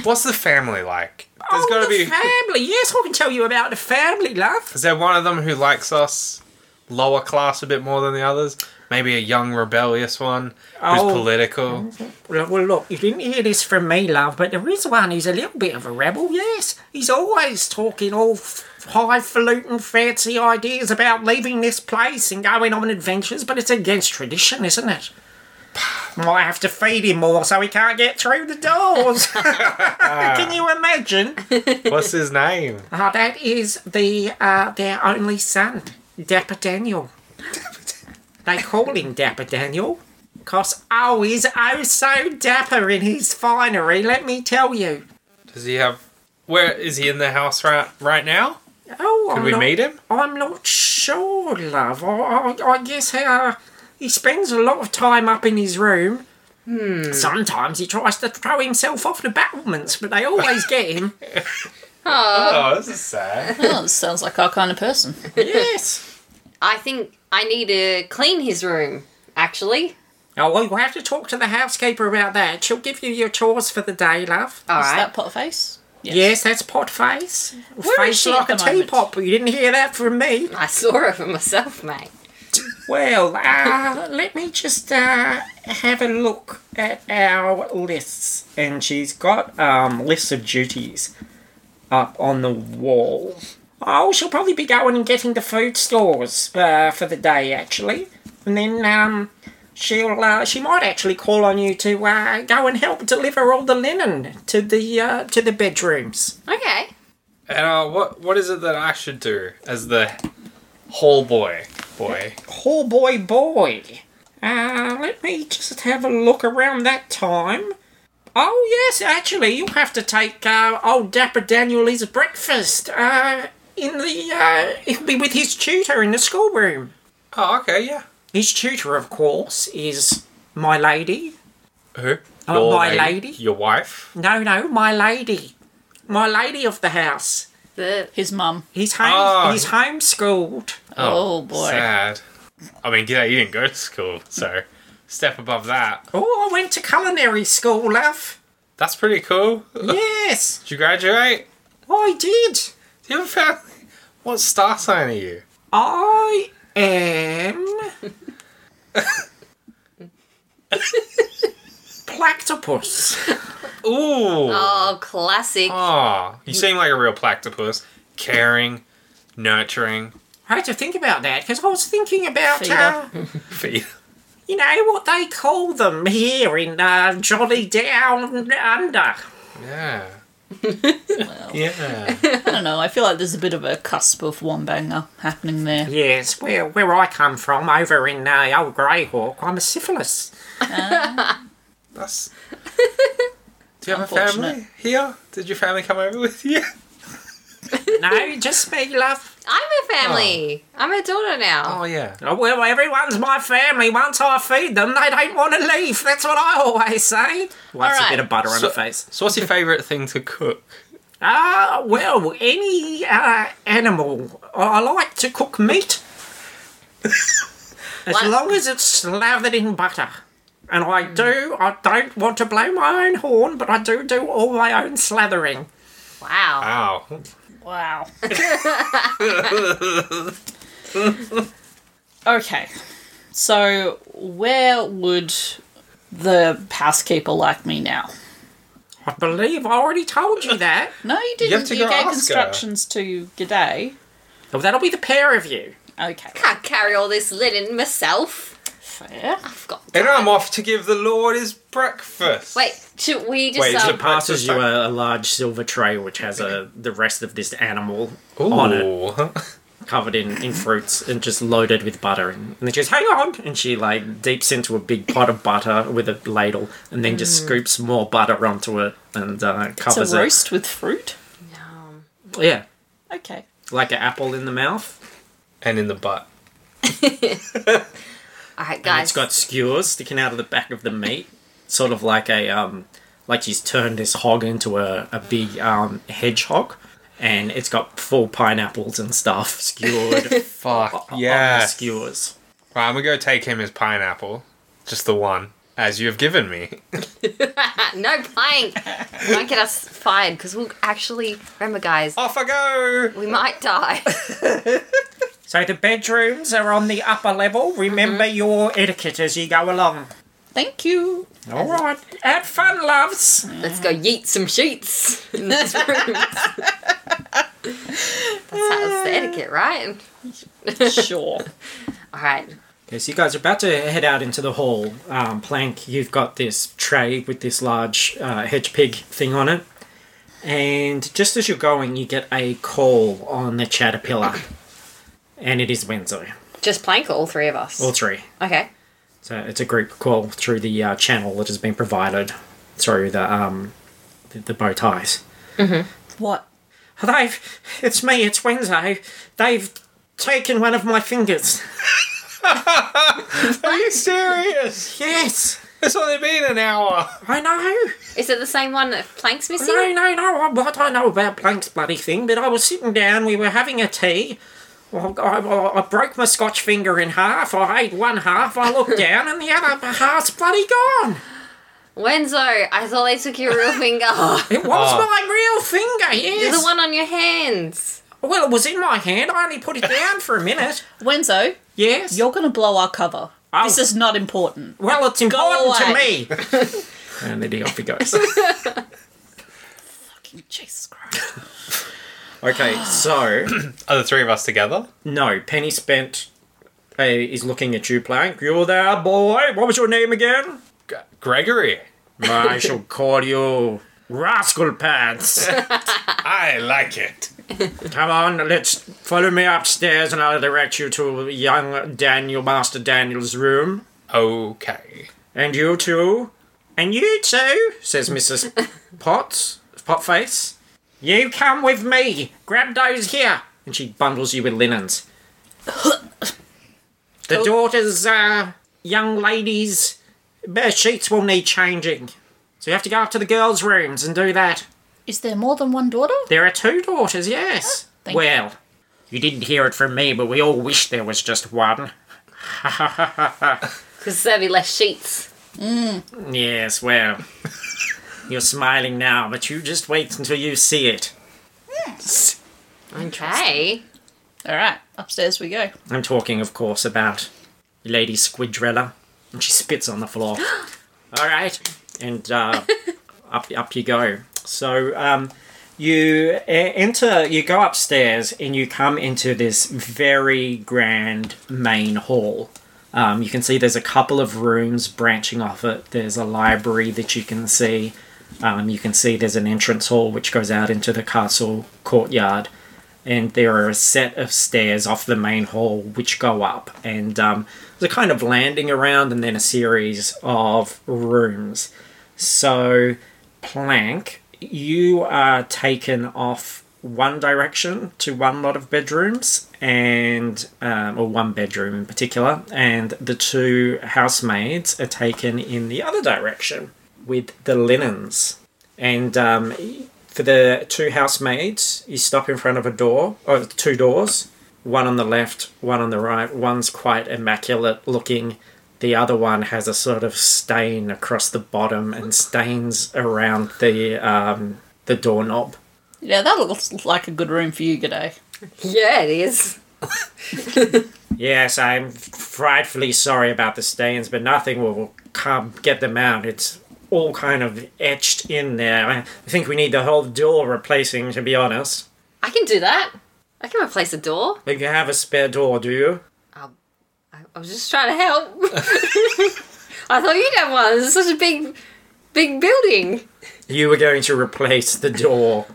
[SPEAKER 5] What's the family like? There's
[SPEAKER 2] oh,
[SPEAKER 5] got to
[SPEAKER 2] the
[SPEAKER 5] be.
[SPEAKER 2] family. Yes, I can tell you about the family, love.
[SPEAKER 5] Is there one of them who likes us lower class a bit more than the others? Maybe a young rebellious one who's
[SPEAKER 2] Oh. [LAUGHS]
[SPEAKER 5] political.
[SPEAKER 2] Well, well, look, you didn't hear this from me, love, but there is one who's a little bit of a rebel, yes. He's always talking all f- highfalutin, fancy ideas about leaving this place and going on adventures, but it's against tradition, isn't it? Might have to feed him more so he can't get through the doors. [LAUGHS] Can you imagine?
[SPEAKER 5] What's his name?
[SPEAKER 2] Ah, that is the uh, their only son, Dapper Daniel. they call him Dapper Daniel. Cause oh, he's oh so dapper in his finery. Let me tell you.
[SPEAKER 5] Does he have? Where is he in the house right right now?
[SPEAKER 2] Oh,
[SPEAKER 5] Did
[SPEAKER 2] I'm
[SPEAKER 5] we
[SPEAKER 2] not,
[SPEAKER 5] meet him?
[SPEAKER 2] I'm not sure, love. I, I, I guess uh, he spends a lot of time up in his room.
[SPEAKER 5] Hmm.
[SPEAKER 2] Sometimes he tries to throw himself off the battlements, but they always get
[SPEAKER 5] [LAUGHS]
[SPEAKER 2] him. Uh,
[SPEAKER 5] Oh, this is sad.
[SPEAKER 4] Oh, this sounds like our kind of person.
[SPEAKER 2] yes.
[SPEAKER 3] I think I need to clean his room, actually.
[SPEAKER 2] Oh, well, you'll have to talk to the housekeeper about that. She'll give you your chores for the day, love.
[SPEAKER 4] Is
[SPEAKER 3] Alright.
[SPEAKER 4] that pot face?
[SPEAKER 2] Yes, that's pot face. face
[SPEAKER 4] she
[SPEAKER 2] like
[SPEAKER 4] at
[SPEAKER 2] a
[SPEAKER 4] the moment?
[SPEAKER 2] teapot, but you didn't hear that from me.
[SPEAKER 3] I saw it for myself, mate.
[SPEAKER 2] Well,
[SPEAKER 4] [LAUGHS]
[SPEAKER 2] uh, let me just uh, have a look at our lists. And she's got um, lists of duties up on the wall. Oh, she'll probably be going and getting the food stores uh, for the day, actually. And then um, she'll uh, she might actually call on you to uh, go and help deliver all the linen to the uh, to the bedrooms.
[SPEAKER 3] Okay.
[SPEAKER 5] and uh, what what is it that I should do as the whole boy boy?
[SPEAKER 2] Poor boy, boy. Uh, let me just have a look around that time. Oh, yes, actually, you'll have to take uh, old Dapper Daniel his breakfast. Uh, in the, uh, he'll be with his tutor in the schoolroom.
[SPEAKER 5] Oh, okay, yeah.
[SPEAKER 2] His tutor, of course, is my lady.
[SPEAKER 5] Who?
[SPEAKER 2] Oh, my lady.
[SPEAKER 5] Your wife?
[SPEAKER 2] No, no, my lady. My lady of the house.
[SPEAKER 3] The
[SPEAKER 4] His mum.
[SPEAKER 2] He's home.
[SPEAKER 5] Oh.
[SPEAKER 2] He's homeschooled.
[SPEAKER 4] Oh, boy.
[SPEAKER 5] Sad. I mean, yeah, you didn't go to school, so step above that.
[SPEAKER 2] Oh, I went to culinary school, love.
[SPEAKER 5] That's pretty cool. Did
[SPEAKER 2] Yes,
[SPEAKER 5] you graduate?
[SPEAKER 2] I did.
[SPEAKER 5] Do you have a family? What star sign are you?
[SPEAKER 2] I am Plactopus.
[SPEAKER 5] Ooh.
[SPEAKER 3] oh classic.
[SPEAKER 5] Aw, you seem like a real platypus. Caring, nurturing.
[SPEAKER 1] I had to think about that because I was thinking about, uh,
[SPEAKER 4] Feeder. [LAUGHS]
[SPEAKER 5] Feed.
[SPEAKER 1] you know, what they call them here in uh, Johnny Down Under.
[SPEAKER 5] Yeah. yeah.
[SPEAKER 4] I don't know. I feel like there's a bit of a cusp of Wombanger happening there.
[SPEAKER 1] Yes, where where I come from, over in uh, Old Greyhawk, I'm a syphilis.
[SPEAKER 5] [LAUGHS] That's. Do you have a
[SPEAKER 4] Unfortunate.
[SPEAKER 5] family here? Did your family come over with you?
[SPEAKER 1] No, just me, love.
[SPEAKER 3] I'm a family. I'm a daughter now.
[SPEAKER 5] [LAUGHS] Oh yeah.
[SPEAKER 1] Oh, Well, everyone's my family. Once I feed them, they don't want to leave. That's what I always say. Wants
[SPEAKER 3] Alright.
[SPEAKER 1] a bit of butter on
[SPEAKER 5] So-
[SPEAKER 1] the face.
[SPEAKER 5] So what's your favourite thing to cook?
[SPEAKER 1] Ah, well, any uh, animal. I I like to cook meat. [LAUGHS] as
[SPEAKER 3] What?
[SPEAKER 1] long as it's slathered in butter. And I do, I don't want to blow my own horn, but I do do all my own slathering.
[SPEAKER 3] Wow.
[SPEAKER 5] Wow.
[SPEAKER 4] Wow. [LAUGHS] okay. So, where would the housekeeper like me now?
[SPEAKER 1] I believe I already told you that.
[SPEAKER 4] No, you
[SPEAKER 5] You
[SPEAKER 4] didn't.
[SPEAKER 5] have
[SPEAKER 4] You,
[SPEAKER 5] to go
[SPEAKER 4] gave
[SPEAKER 5] ask her.
[SPEAKER 4] instructions to G'day.
[SPEAKER 1] Well, that'll be the pair of you.
[SPEAKER 4] Okay.
[SPEAKER 3] Can't carry all this linen myself.
[SPEAKER 4] Fair.
[SPEAKER 3] I've got.
[SPEAKER 5] And I'm off to give the Lord his breakfast.
[SPEAKER 3] Wait, should we just?
[SPEAKER 5] Wait,
[SPEAKER 3] um,
[SPEAKER 5] should-
[SPEAKER 2] Passes you a, a large silver tray which has a the rest of this animal on it,
[SPEAKER 5] Ooh.
[SPEAKER 2] covered in, in fruits and just loaded with butter. And, and then she goes, "Hang on!" And she like deeps into a big pot of butter with a ladle, and then just scoops more butter onto it and uh,
[SPEAKER 4] Mm. It's a
[SPEAKER 2] covers it.
[SPEAKER 4] roast with fruit.
[SPEAKER 3] um,
[SPEAKER 2] Yeah,
[SPEAKER 4] Okay.
[SPEAKER 2] like an apple in the mouth.
[SPEAKER 5] [LAUGHS] And in the butt.
[SPEAKER 3] all right,
[SPEAKER 2] And
[SPEAKER 3] guys.
[SPEAKER 2] It's got skewers sticking out of the back of the meat, sort of like a um, like she's turned this hog into a a big um hedgehog, and it's got full pineapples and stuff
[SPEAKER 4] [LAUGHS]
[SPEAKER 2] skewered.
[SPEAKER 5] Fuck.
[SPEAKER 2] on the
[SPEAKER 5] Yeah.
[SPEAKER 2] skewers.
[SPEAKER 5] Right, I'm gonna go take him his pineapple. Just the one. As you have given me.
[SPEAKER 3] Ah, no playing. Don't get us fired because we'll actually remember, guys.
[SPEAKER 2] Oh.
[SPEAKER 5] Off I go!
[SPEAKER 3] We might die. [LAUGHS]
[SPEAKER 1] So the bedrooms are on the upper level. Remember
[SPEAKER 2] Mm-hmm.
[SPEAKER 1] your etiquette as you go along.
[SPEAKER 4] Thank you.
[SPEAKER 1] All right. Have fun, loves.
[SPEAKER 3] Let's go yeet some sheets in this room. [LAUGHS] that's, how, that's the etiquette, right?
[SPEAKER 4] Sure.
[SPEAKER 5] [LAUGHS]
[SPEAKER 3] All right.
[SPEAKER 2] Okay, so you guys are about to head out into the hall. Um, Plank, you've got this tray with this large uh, hedge pig thing on it. And just as you're going, you get a call on the Chatterpillar. And it is Wenzo.
[SPEAKER 3] Just plank or all three of us?
[SPEAKER 2] All three.
[SPEAKER 3] okay.
[SPEAKER 2] So it's a group call through the uh, channel that has been provided through the um, the, the bow ties.
[SPEAKER 4] what?
[SPEAKER 1] They've. It's me. It's Wednesday. They've taken one of my fingers.
[SPEAKER 5] Are you serious?
[SPEAKER 1] Yes.
[SPEAKER 5] It's only been an hour.
[SPEAKER 1] I know.
[SPEAKER 3] Is it the same one that Plank's missing?
[SPEAKER 1] No, no, no. I, I don't know about Blank's bloody thing, but I was sitting down. We were having a tea. Well, I, I, I broke my scotch finger in half. I ate one half. I
[SPEAKER 2] [LAUGHS]
[SPEAKER 1] looked down, and the other half's bloody gone.
[SPEAKER 3] Wenzo, I thought they took [LAUGHS] your real finger.
[SPEAKER 1] It was
[SPEAKER 2] Ah.
[SPEAKER 5] Oh.
[SPEAKER 1] my real finger. Yes.
[SPEAKER 3] You're the one on your hands.
[SPEAKER 1] Well, it was in my hand. I only put it down for a
[SPEAKER 2] [LAUGHS]
[SPEAKER 1] minute.
[SPEAKER 4] Wenzo,
[SPEAKER 1] Yes.
[SPEAKER 4] you're going to blow our cover.
[SPEAKER 1] Oh.
[SPEAKER 4] This is not important.
[SPEAKER 1] well, it's important to me.
[SPEAKER 2] [LAUGHS]
[SPEAKER 1] [LAUGHS]
[SPEAKER 2] And then he off he goes.
[SPEAKER 4] Jesus Christ.
[SPEAKER 2] okay, so
[SPEAKER 5] Are the three of us together?
[SPEAKER 2] no, Penny spent uh, is looking at you, Plank. You're there, boy. What was your name again?
[SPEAKER 5] G- Gregory.
[SPEAKER 2] I shall call you Rascal Pants.
[SPEAKER 5] I like it.
[SPEAKER 2] Come on, let's follow me upstairs, and I'll direct you to young Daniel, Master Daniel's room.
[SPEAKER 5] Okay.
[SPEAKER 2] And you too. And you too, says Mrs. Potts, Potface. You come with me. Grab those here. And she bundles you with linens. the daughter's uh, young lady's uh, sheets will need changing. So you have to go up to the girls' rooms and do that.
[SPEAKER 4] Is there more than one daughter?
[SPEAKER 2] There are two daughters, yes.
[SPEAKER 4] Thank
[SPEAKER 2] well, you didn't hear it from me, but we all wish there was just one.
[SPEAKER 3] Because there'll be less sheets.
[SPEAKER 2] Yes, well, you're smiling now, but you just wait until you see it.
[SPEAKER 3] Okay.
[SPEAKER 4] All right. Upstairs we go.
[SPEAKER 2] I'm talking, of course, about Lady Squidrella, and she spits on the floor. All right, and uh, up up you go. So um, you e- enter you go upstairs and you come into this very grand main hall um, you can see there's a couple of rooms branching off it there's a library that you can see um, you can see there's an entrance hall which goes out into the castle courtyard and there are a set of stairs off the main hall which go up and um, there's a kind of landing around and then a series of rooms so plank you are taken off one direction to one lot of bedrooms and um, or one bedroom in particular and the two housemaids are taken in the other direction with the linens and um, for the two housemaids you stop in front of a door or two doors one on the left one on the right one's quite immaculate looking the other one has a sort of stain across the bottom and stains around the um, the doorknob
[SPEAKER 4] Yeah, that looks like a good room for you, G'day.
[SPEAKER 3] Yeah, it is.
[SPEAKER 2] Yes, I'm frightfully sorry about the stains, but nothing will come get them out. It's all kind of etched in there. I think we need the whole door replacing, to be honest.
[SPEAKER 3] I can do that. I can replace a door.
[SPEAKER 2] But you have a spare door, do you?
[SPEAKER 3] I, I was just trying to help. [LAUGHS] I thought you'd have one. It's such a big, big building.
[SPEAKER 2] You were going to replace the door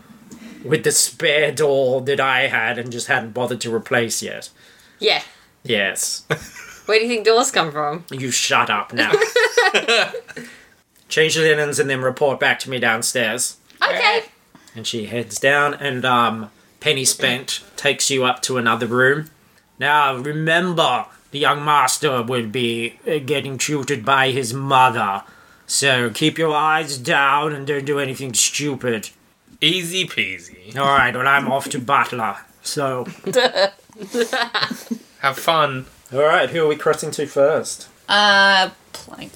[SPEAKER 2] with the spare door that I had and just hadn't bothered to replace yet.
[SPEAKER 3] Yeah.
[SPEAKER 2] Yes.
[SPEAKER 3] Where do you think doors come from?
[SPEAKER 2] You shut up now. Change the linens and then report back to me downstairs.
[SPEAKER 3] Okay.
[SPEAKER 2] And she heads down, and um, Penny Spent takes you up to another room. Now, remember, the young master will be uh, getting tutored by his mother. So keep your eyes down and don't do anything stupid.
[SPEAKER 5] Easy peasy.
[SPEAKER 2] All right, well, I'm off to Butler. So.
[SPEAKER 5] Have fun.
[SPEAKER 2] All right, who are we crossing to first?
[SPEAKER 4] Uh, plank.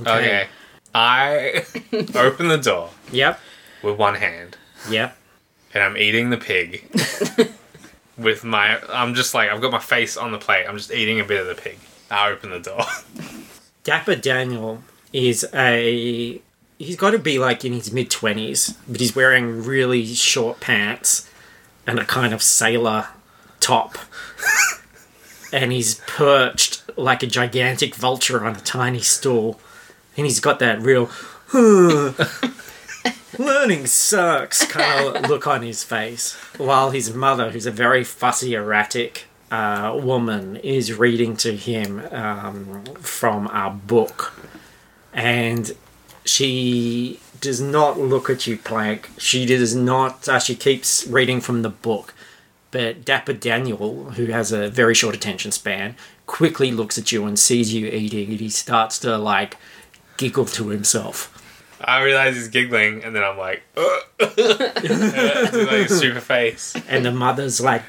[SPEAKER 5] Okay. I [LAUGHS] open the door
[SPEAKER 2] Yep.
[SPEAKER 5] with one hand
[SPEAKER 2] Yep.
[SPEAKER 5] and I'm eating the pig. with my, I'm just like, I've got my face on the plate. I'm just eating a bit of the pig. I open the door. [LAUGHS]
[SPEAKER 2] Dapper Daniel is a. He's got to be like in his mid 20s, but he's wearing really short pants and a kind of sailor [LAUGHS] top. and he's perched like a gigantic vulture on a tiny stool. And he's got that real. Learning sucks kind of look on his face. While his mother, who's a very fussy, erratic uh, woman, is reading to him um, from a book. And she does not look at you, Plank. She does not. Uh, she keeps reading from the book. But Dapper Daniel, who has a very short attention span, quickly looks at you and sees you eating, and he starts to like giggle to himself.
[SPEAKER 5] I realize he's giggling and then I'm like, [LAUGHS] "Ugh." I do, like a super face.
[SPEAKER 2] And the mother's like,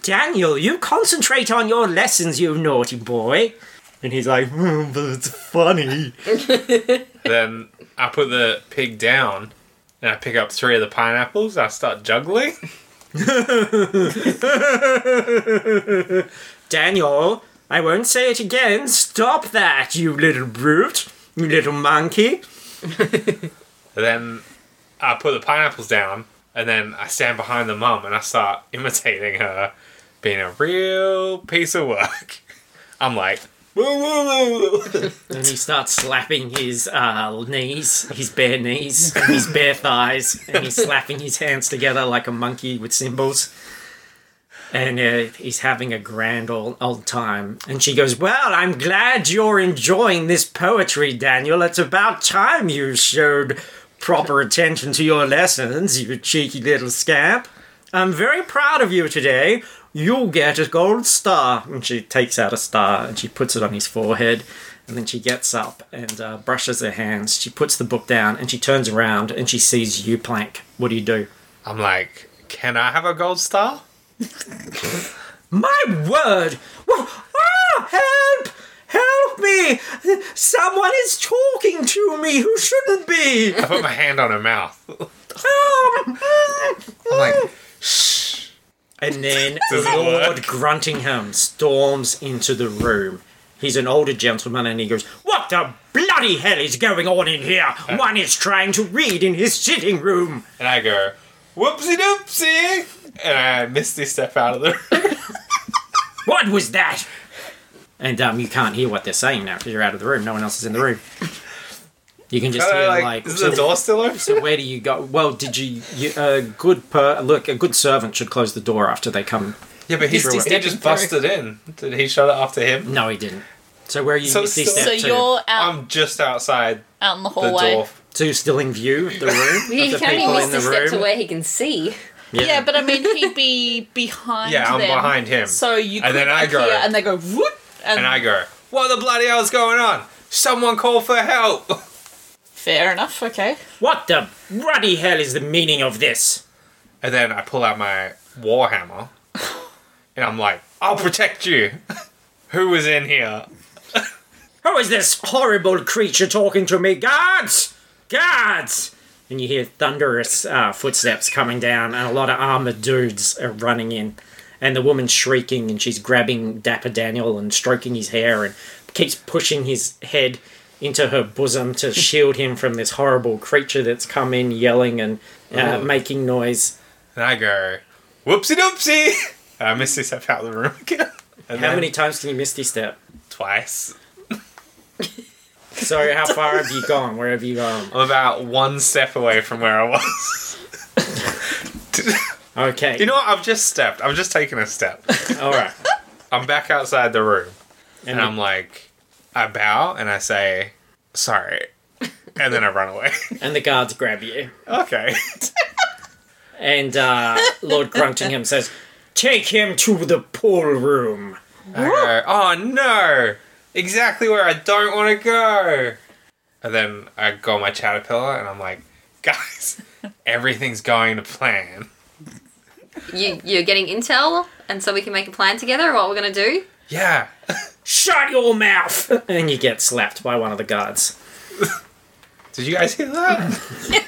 [SPEAKER 2] Daniel, you concentrate on your lessons, you naughty boy. And he's like, "Hmm, but it's funny.
[SPEAKER 5] Then I put the pig down and I pick up three of the pineapples. I start juggling.
[SPEAKER 2] Daniel, I won't say it again. Stop that, you little brute. You little monkey.
[SPEAKER 5] Then I put the pineapples down, and then I stand behind the mum and I start [LAUGHS] imitating her, being a real piece of work. [LAUGHS] I'm like, [LAUGHS] woo, woo, woo, woo.
[SPEAKER 2] And he starts slapping his uh, knees, his bare knees, and his bare thighs, and he's slapping his hands together like a monkey with cymbals. And uh, he's having a grand old, old time. And she goes, Well, I'm glad you're enjoying this poetry, Daniel. It's about time you showed proper attention to your lessons, you cheeky little scamp. I'm very proud of you today. You'll get a gold star. And she takes out a star and she puts it on his forehead. And then she gets up and uh, brushes her hands. She puts the book down and she turns around and she sees you, Plank. What do you do?
[SPEAKER 5] I'm like, can I have a gold star?
[SPEAKER 2] My word! Wha- Ah, help! Help me! Someone is talking to me who shouldn't be!
[SPEAKER 5] I put my hand on her mouth. [LAUGHS]
[SPEAKER 2] Um, mm.
[SPEAKER 5] I'm like, [LAUGHS]
[SPEAKER 2] And then
[SPEAKER 5] Does it
[SPEAKER 2] Lord
[SPEAKER 5] work?
[SPEAKER 2] Gruntingham storms into the room. He's an older gentleman and he goes, What the bloody
[SPEAKER 5] Uh,
[SPEAKER 2] hell is going on in here? One is trying to read in his sitting room.
[SPEAKER 5] and I go, woo, whoopsie doopsie, and I misty step out [LAUGHS] of the room.
[SPEAKER 2] What was that? And um, you can't hear what they're saying now because you're out of the room. No one else is in the room. You can just
[SPEAKER 5] And
[SPEAKER 2] hear
[SPEAKER 5] I'm Uh, like,
[SPEAKER 2] like,
[SPEAKER 5] is [LAUGHS]
[SPEAKER 2] so,
[SPEAKER 5] the door still open?
[SPEAKER 2] so where do you go? Well, did you? you a good per look, a good servant should close the door after they come.
[SPEAKER 5] Yeah, but he's,
[SPEAKER 2] Misty
[SPEAKER 5] he
[SPEAKER 2] stepping
[SPEAKER 5] just busted in. Did he shut it after him?
[SPEAKER 2] No, he didn't. So where are you?
[SPEAKER 5] So
[SPEAKER 2] misty
[SPEAKER 5] still-
[SPEAKER 2] step
[SPEAKER 4] So
[SPEAKER 2] to?
[SPEAKER 4] you're out,
[SPEAKER 5] I'm just outside
[SPEAKER 4] out in the
[SPEAKER 5] the
[SPEAKER 4] hallway.
[SPEAKER 5] door.
[SPEAKER 2] so you're still in view of the room.
[SPEAKER 3] [LAUGHS] He
[SPEAKER 2] of the
[SPEAKER 3] can only
[SPEAKER 2] people
[SPEAKER 3] miss
[SPEAKER 2] in
[SPEAKER 3] the
[SPEAKER 2] the
[SPEAKER 3] step
[SPEAKER 2] room.
[SPEAKER 3] to where he can see.
[SPEAKER 4] Yeah. but I mean, he'd be [LAUGHS] behind.
[SPEAKER 5] Yeah, I'm
[SPEAKER 4] them,
[SPEAKER 5] behind him.
[SPEAKER 4] So you
[SPEAKER 5] And
[SPEAKER 4] could
[SPEAKER 5] then I
[SPEAKER 4] appear,
[SPEAKER 5] go.
[SPEAKER 4] and they go whoop, and,
[SPEAKER 5] And I go, what the bloody hell's going on? Someone call for help. [LAUGHS]
[SPEAKER 4] fair enough. Okay,
[SPEAKER 2] What the bloody hell is the meaning of this?
[SPEAKER 5] And then I pull out my warhammer, and I'm like, I'll protect you. [LAUGHS] Who was in here?
[SPEAKER 2] Who is this horrible creature talking to me? Guards! Guards! And you hear thunderous uh, footsteps coming down, and a lot of armored dudes are running in. And the woman's shrieking, and she's grabbing Dapper Daniel and stroking his hair and keeps pushing his head into her bosom to shield him from this horrible creature that's come in yelling and uh,
[SPEAKER 5] Ooh.
[SPEAKER 2] making noise.
[SPEAKER 5] And I go, whoopsie doopsie. [LAUGHS] And I miss this out of the room again. [LAUGHS] And
[SPEAKER 2] How
[SPEAKER 5] then
[SPEAKER 2] many times can you misty step?
[SPEAKER 5] Twice.
[SPEAKER 2] So, how far have you gone? Where have you gone?
[SPEAKER 5] I'm about one step away from where I was. [LAUGHS]
[SPEAKER 2] Okay.
[SPEAKER 5] You know what? I've just stepped. I've just taken
[SPEAKER 2] [LAUGHS]
[SPEAKER 5] a step.
[SPEAKER 2] All
[SPEAKER 5] [LAUGHS]
[SPEAKER 2] right.
[SPEAKER 5] I'm back outside the room.
[SPEAKER 2] And,
[SPEAKER 5] And I'm like, I bow and I say, sorry. And then I run away. [LAUGHS]
[SPEAKER 2] and the guards grab you.
[SPEAKER 5] okay.
[SPEAKER 2] And uh, Lord Gruntingham says, Take him to the pool room.
[SPEAKER 5] I go, oh no! Exactly where I don't want to go! And then I go on my caterpillar and I'm like,
[SPEAKER 4] [LAUGHS]
[SPEAKER 5] guys, everything's going to plan.
[SPEAKER 3] You, you're getting intel, and so we can make a plan together of what we're going to do.
[SPEAKER 5] Yeah.
[SPEAKER 2] Shut your mouth! [LAUGHS] And you get slapped by one of the guards.
[SPEAKER 5] Did you guys hear
[SPEAKER 4] [LAUGHS]
[SPEAKER 5] that?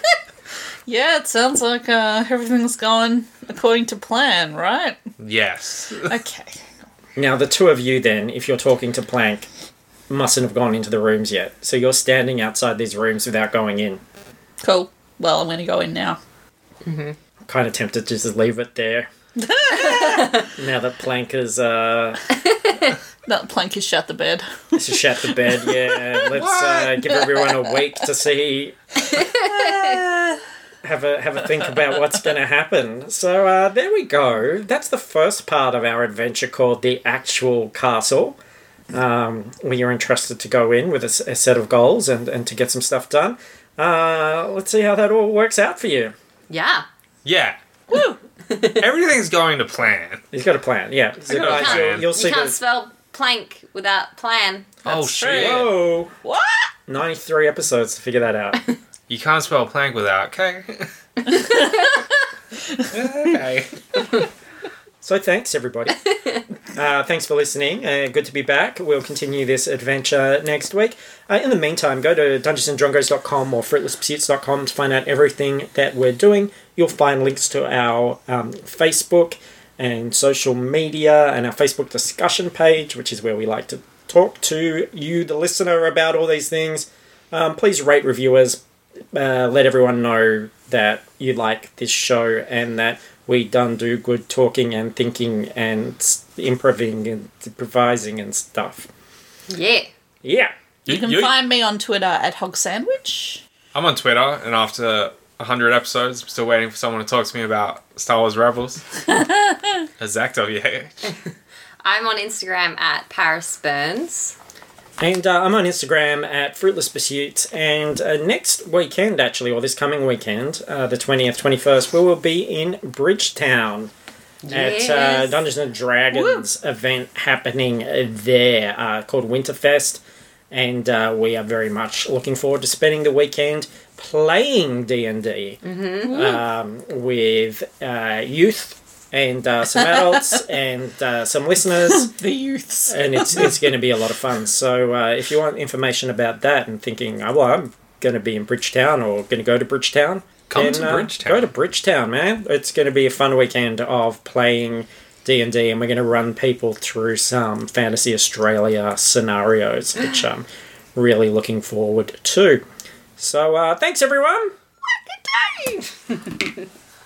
[SPEAKER 4] yeah, it sounds like uh, everything's going according to plan,
[SPEAKER 5] [LAUGHS]
[SPEAKER 4] right?
[SPEAKER 5] yes.
[SPEAKER 4] Okay.
[SPEAKER 2] Now, the two of you then, if you're talking to Plank, mustn't have gone into the rooms yet. So you're standing outside these rooms without going in.
[SPEAKER 4] Cool. Well, I'm going to go in now.
[SPEAKER 2] Kind of tempted to just leave it there. now that Plank has uh,
[SPEAKER 4] That plank is shut the bed. [LAUGHS]
[SPEAKER 2] has shut the bed, yeah, let's uh, give everyone a week to see uh, have a have a think about what's going to happen. So uh, there we go. That's the first part of our adventure called the actual castle, um, where you're entrusted to go in with a, s- a set of goals and and to get some stuff done. Uh, let's see how that all works out for you.
[SPEAKER 3] Yeah.
[SPEAKER 5] Yeah.
[SPEAKER 4] Woo!
[SPEAKER 5] Everything's going to plan.
[SPEAKER 4] [LAUGHS]
[SPEAKER 2] He's got a plan, yeah. So
[SPEAKER 5] got a
[SPEAKER 2] guys,
[SPEAKER 5] plan.
[SPEAKER 2] you'll, you'll see.
[SPEAKER 3] You can't
[SPEAKER 2] the-
[SPEAKER 3] spell plank without plan.
[SPEAKER 5] oh shit.
[SPEAKER 2] Whoa,
[SPEAKER 4] What?
[SPEAKER 2] ninety three episodes to figure that out.
[SPEAKER 5] You can't spell plank
[SPEAKER 4] [LAUGHS]
[SPEAKER 5] without, okay? okay.
[SPEAKER 2] So thanks everybody. uh, thanks for listening. Uh, good to be back. We'll continue this adventure next week. Uh, in the meantime, go to dungeonsanddrongos.com or fruitlesspursuits.com to find out everything that we're doing. You'll find links to our um, Facebook and social media and our Facebook discussion page, which is where we like to talk to you, the listener, about all these things. Um, please rate reviewers, uh, let everyone know that you like this show and that we done do good talking and thinking and s- improving and improvising and stuff.
[SPEAKER 3] Yeah.
[SPEAKER 2] Yeah.
[SPEAKER 4] You can find me on Twitter at Hog Sandwich.
[SPEAKER 5] I'm on Twitter, and after 100 episodes, I'm still waiting for someone to talk to me about Star
[SPEAKER 4] [LAUGHS]
[SPEAKER 5] Wars Rebels. As Zach WH.
[SPEAKER 3] I'm on Instagram at Paris Burns.
[SPEAKER 2] And uh, I'm on Instagram at Fruitless Pursuits. And uh, next weekend, actually, or this coming weekend, uh, the 20th, 21st, we will be in Bridgetown at uh,
[SPEAKER 3] Yes.
[SPEAKER 2] Dungeons and Dragons event happening there uh, called Winterfest. And uh, we are very much looking forward to spending the weekend playing D&D um, with uh, youth and uh, some
[SPEAKER 4] [LAUGHS]
[SPEAKER 2] adults and uh, some listeners
[SPEAKER 4] The youths.
[SPEAKER 2] and it's it's going to be a lot of fun. So uh, if you want information about that and thinking, oh, well, I'm going to be in Bridgetown or going to go to Bridgetown,
[SPEAKER 5] Come
[SPEAKER 2] then,
[SPEAKER 5] to
[SPEAKER 2] uh,
[SPEAKER 5] Bridgetown.
[SPEAKER 2] go to Bridgetown, man. It's going to be a fun weekend of playing D and D, and we're going to run people through some Fantasy Australia scenarios,
[SPEAKER 4] [GASPS]
[SPEAKER 2] which I'm really looking forward to. So uh, thanks everyone.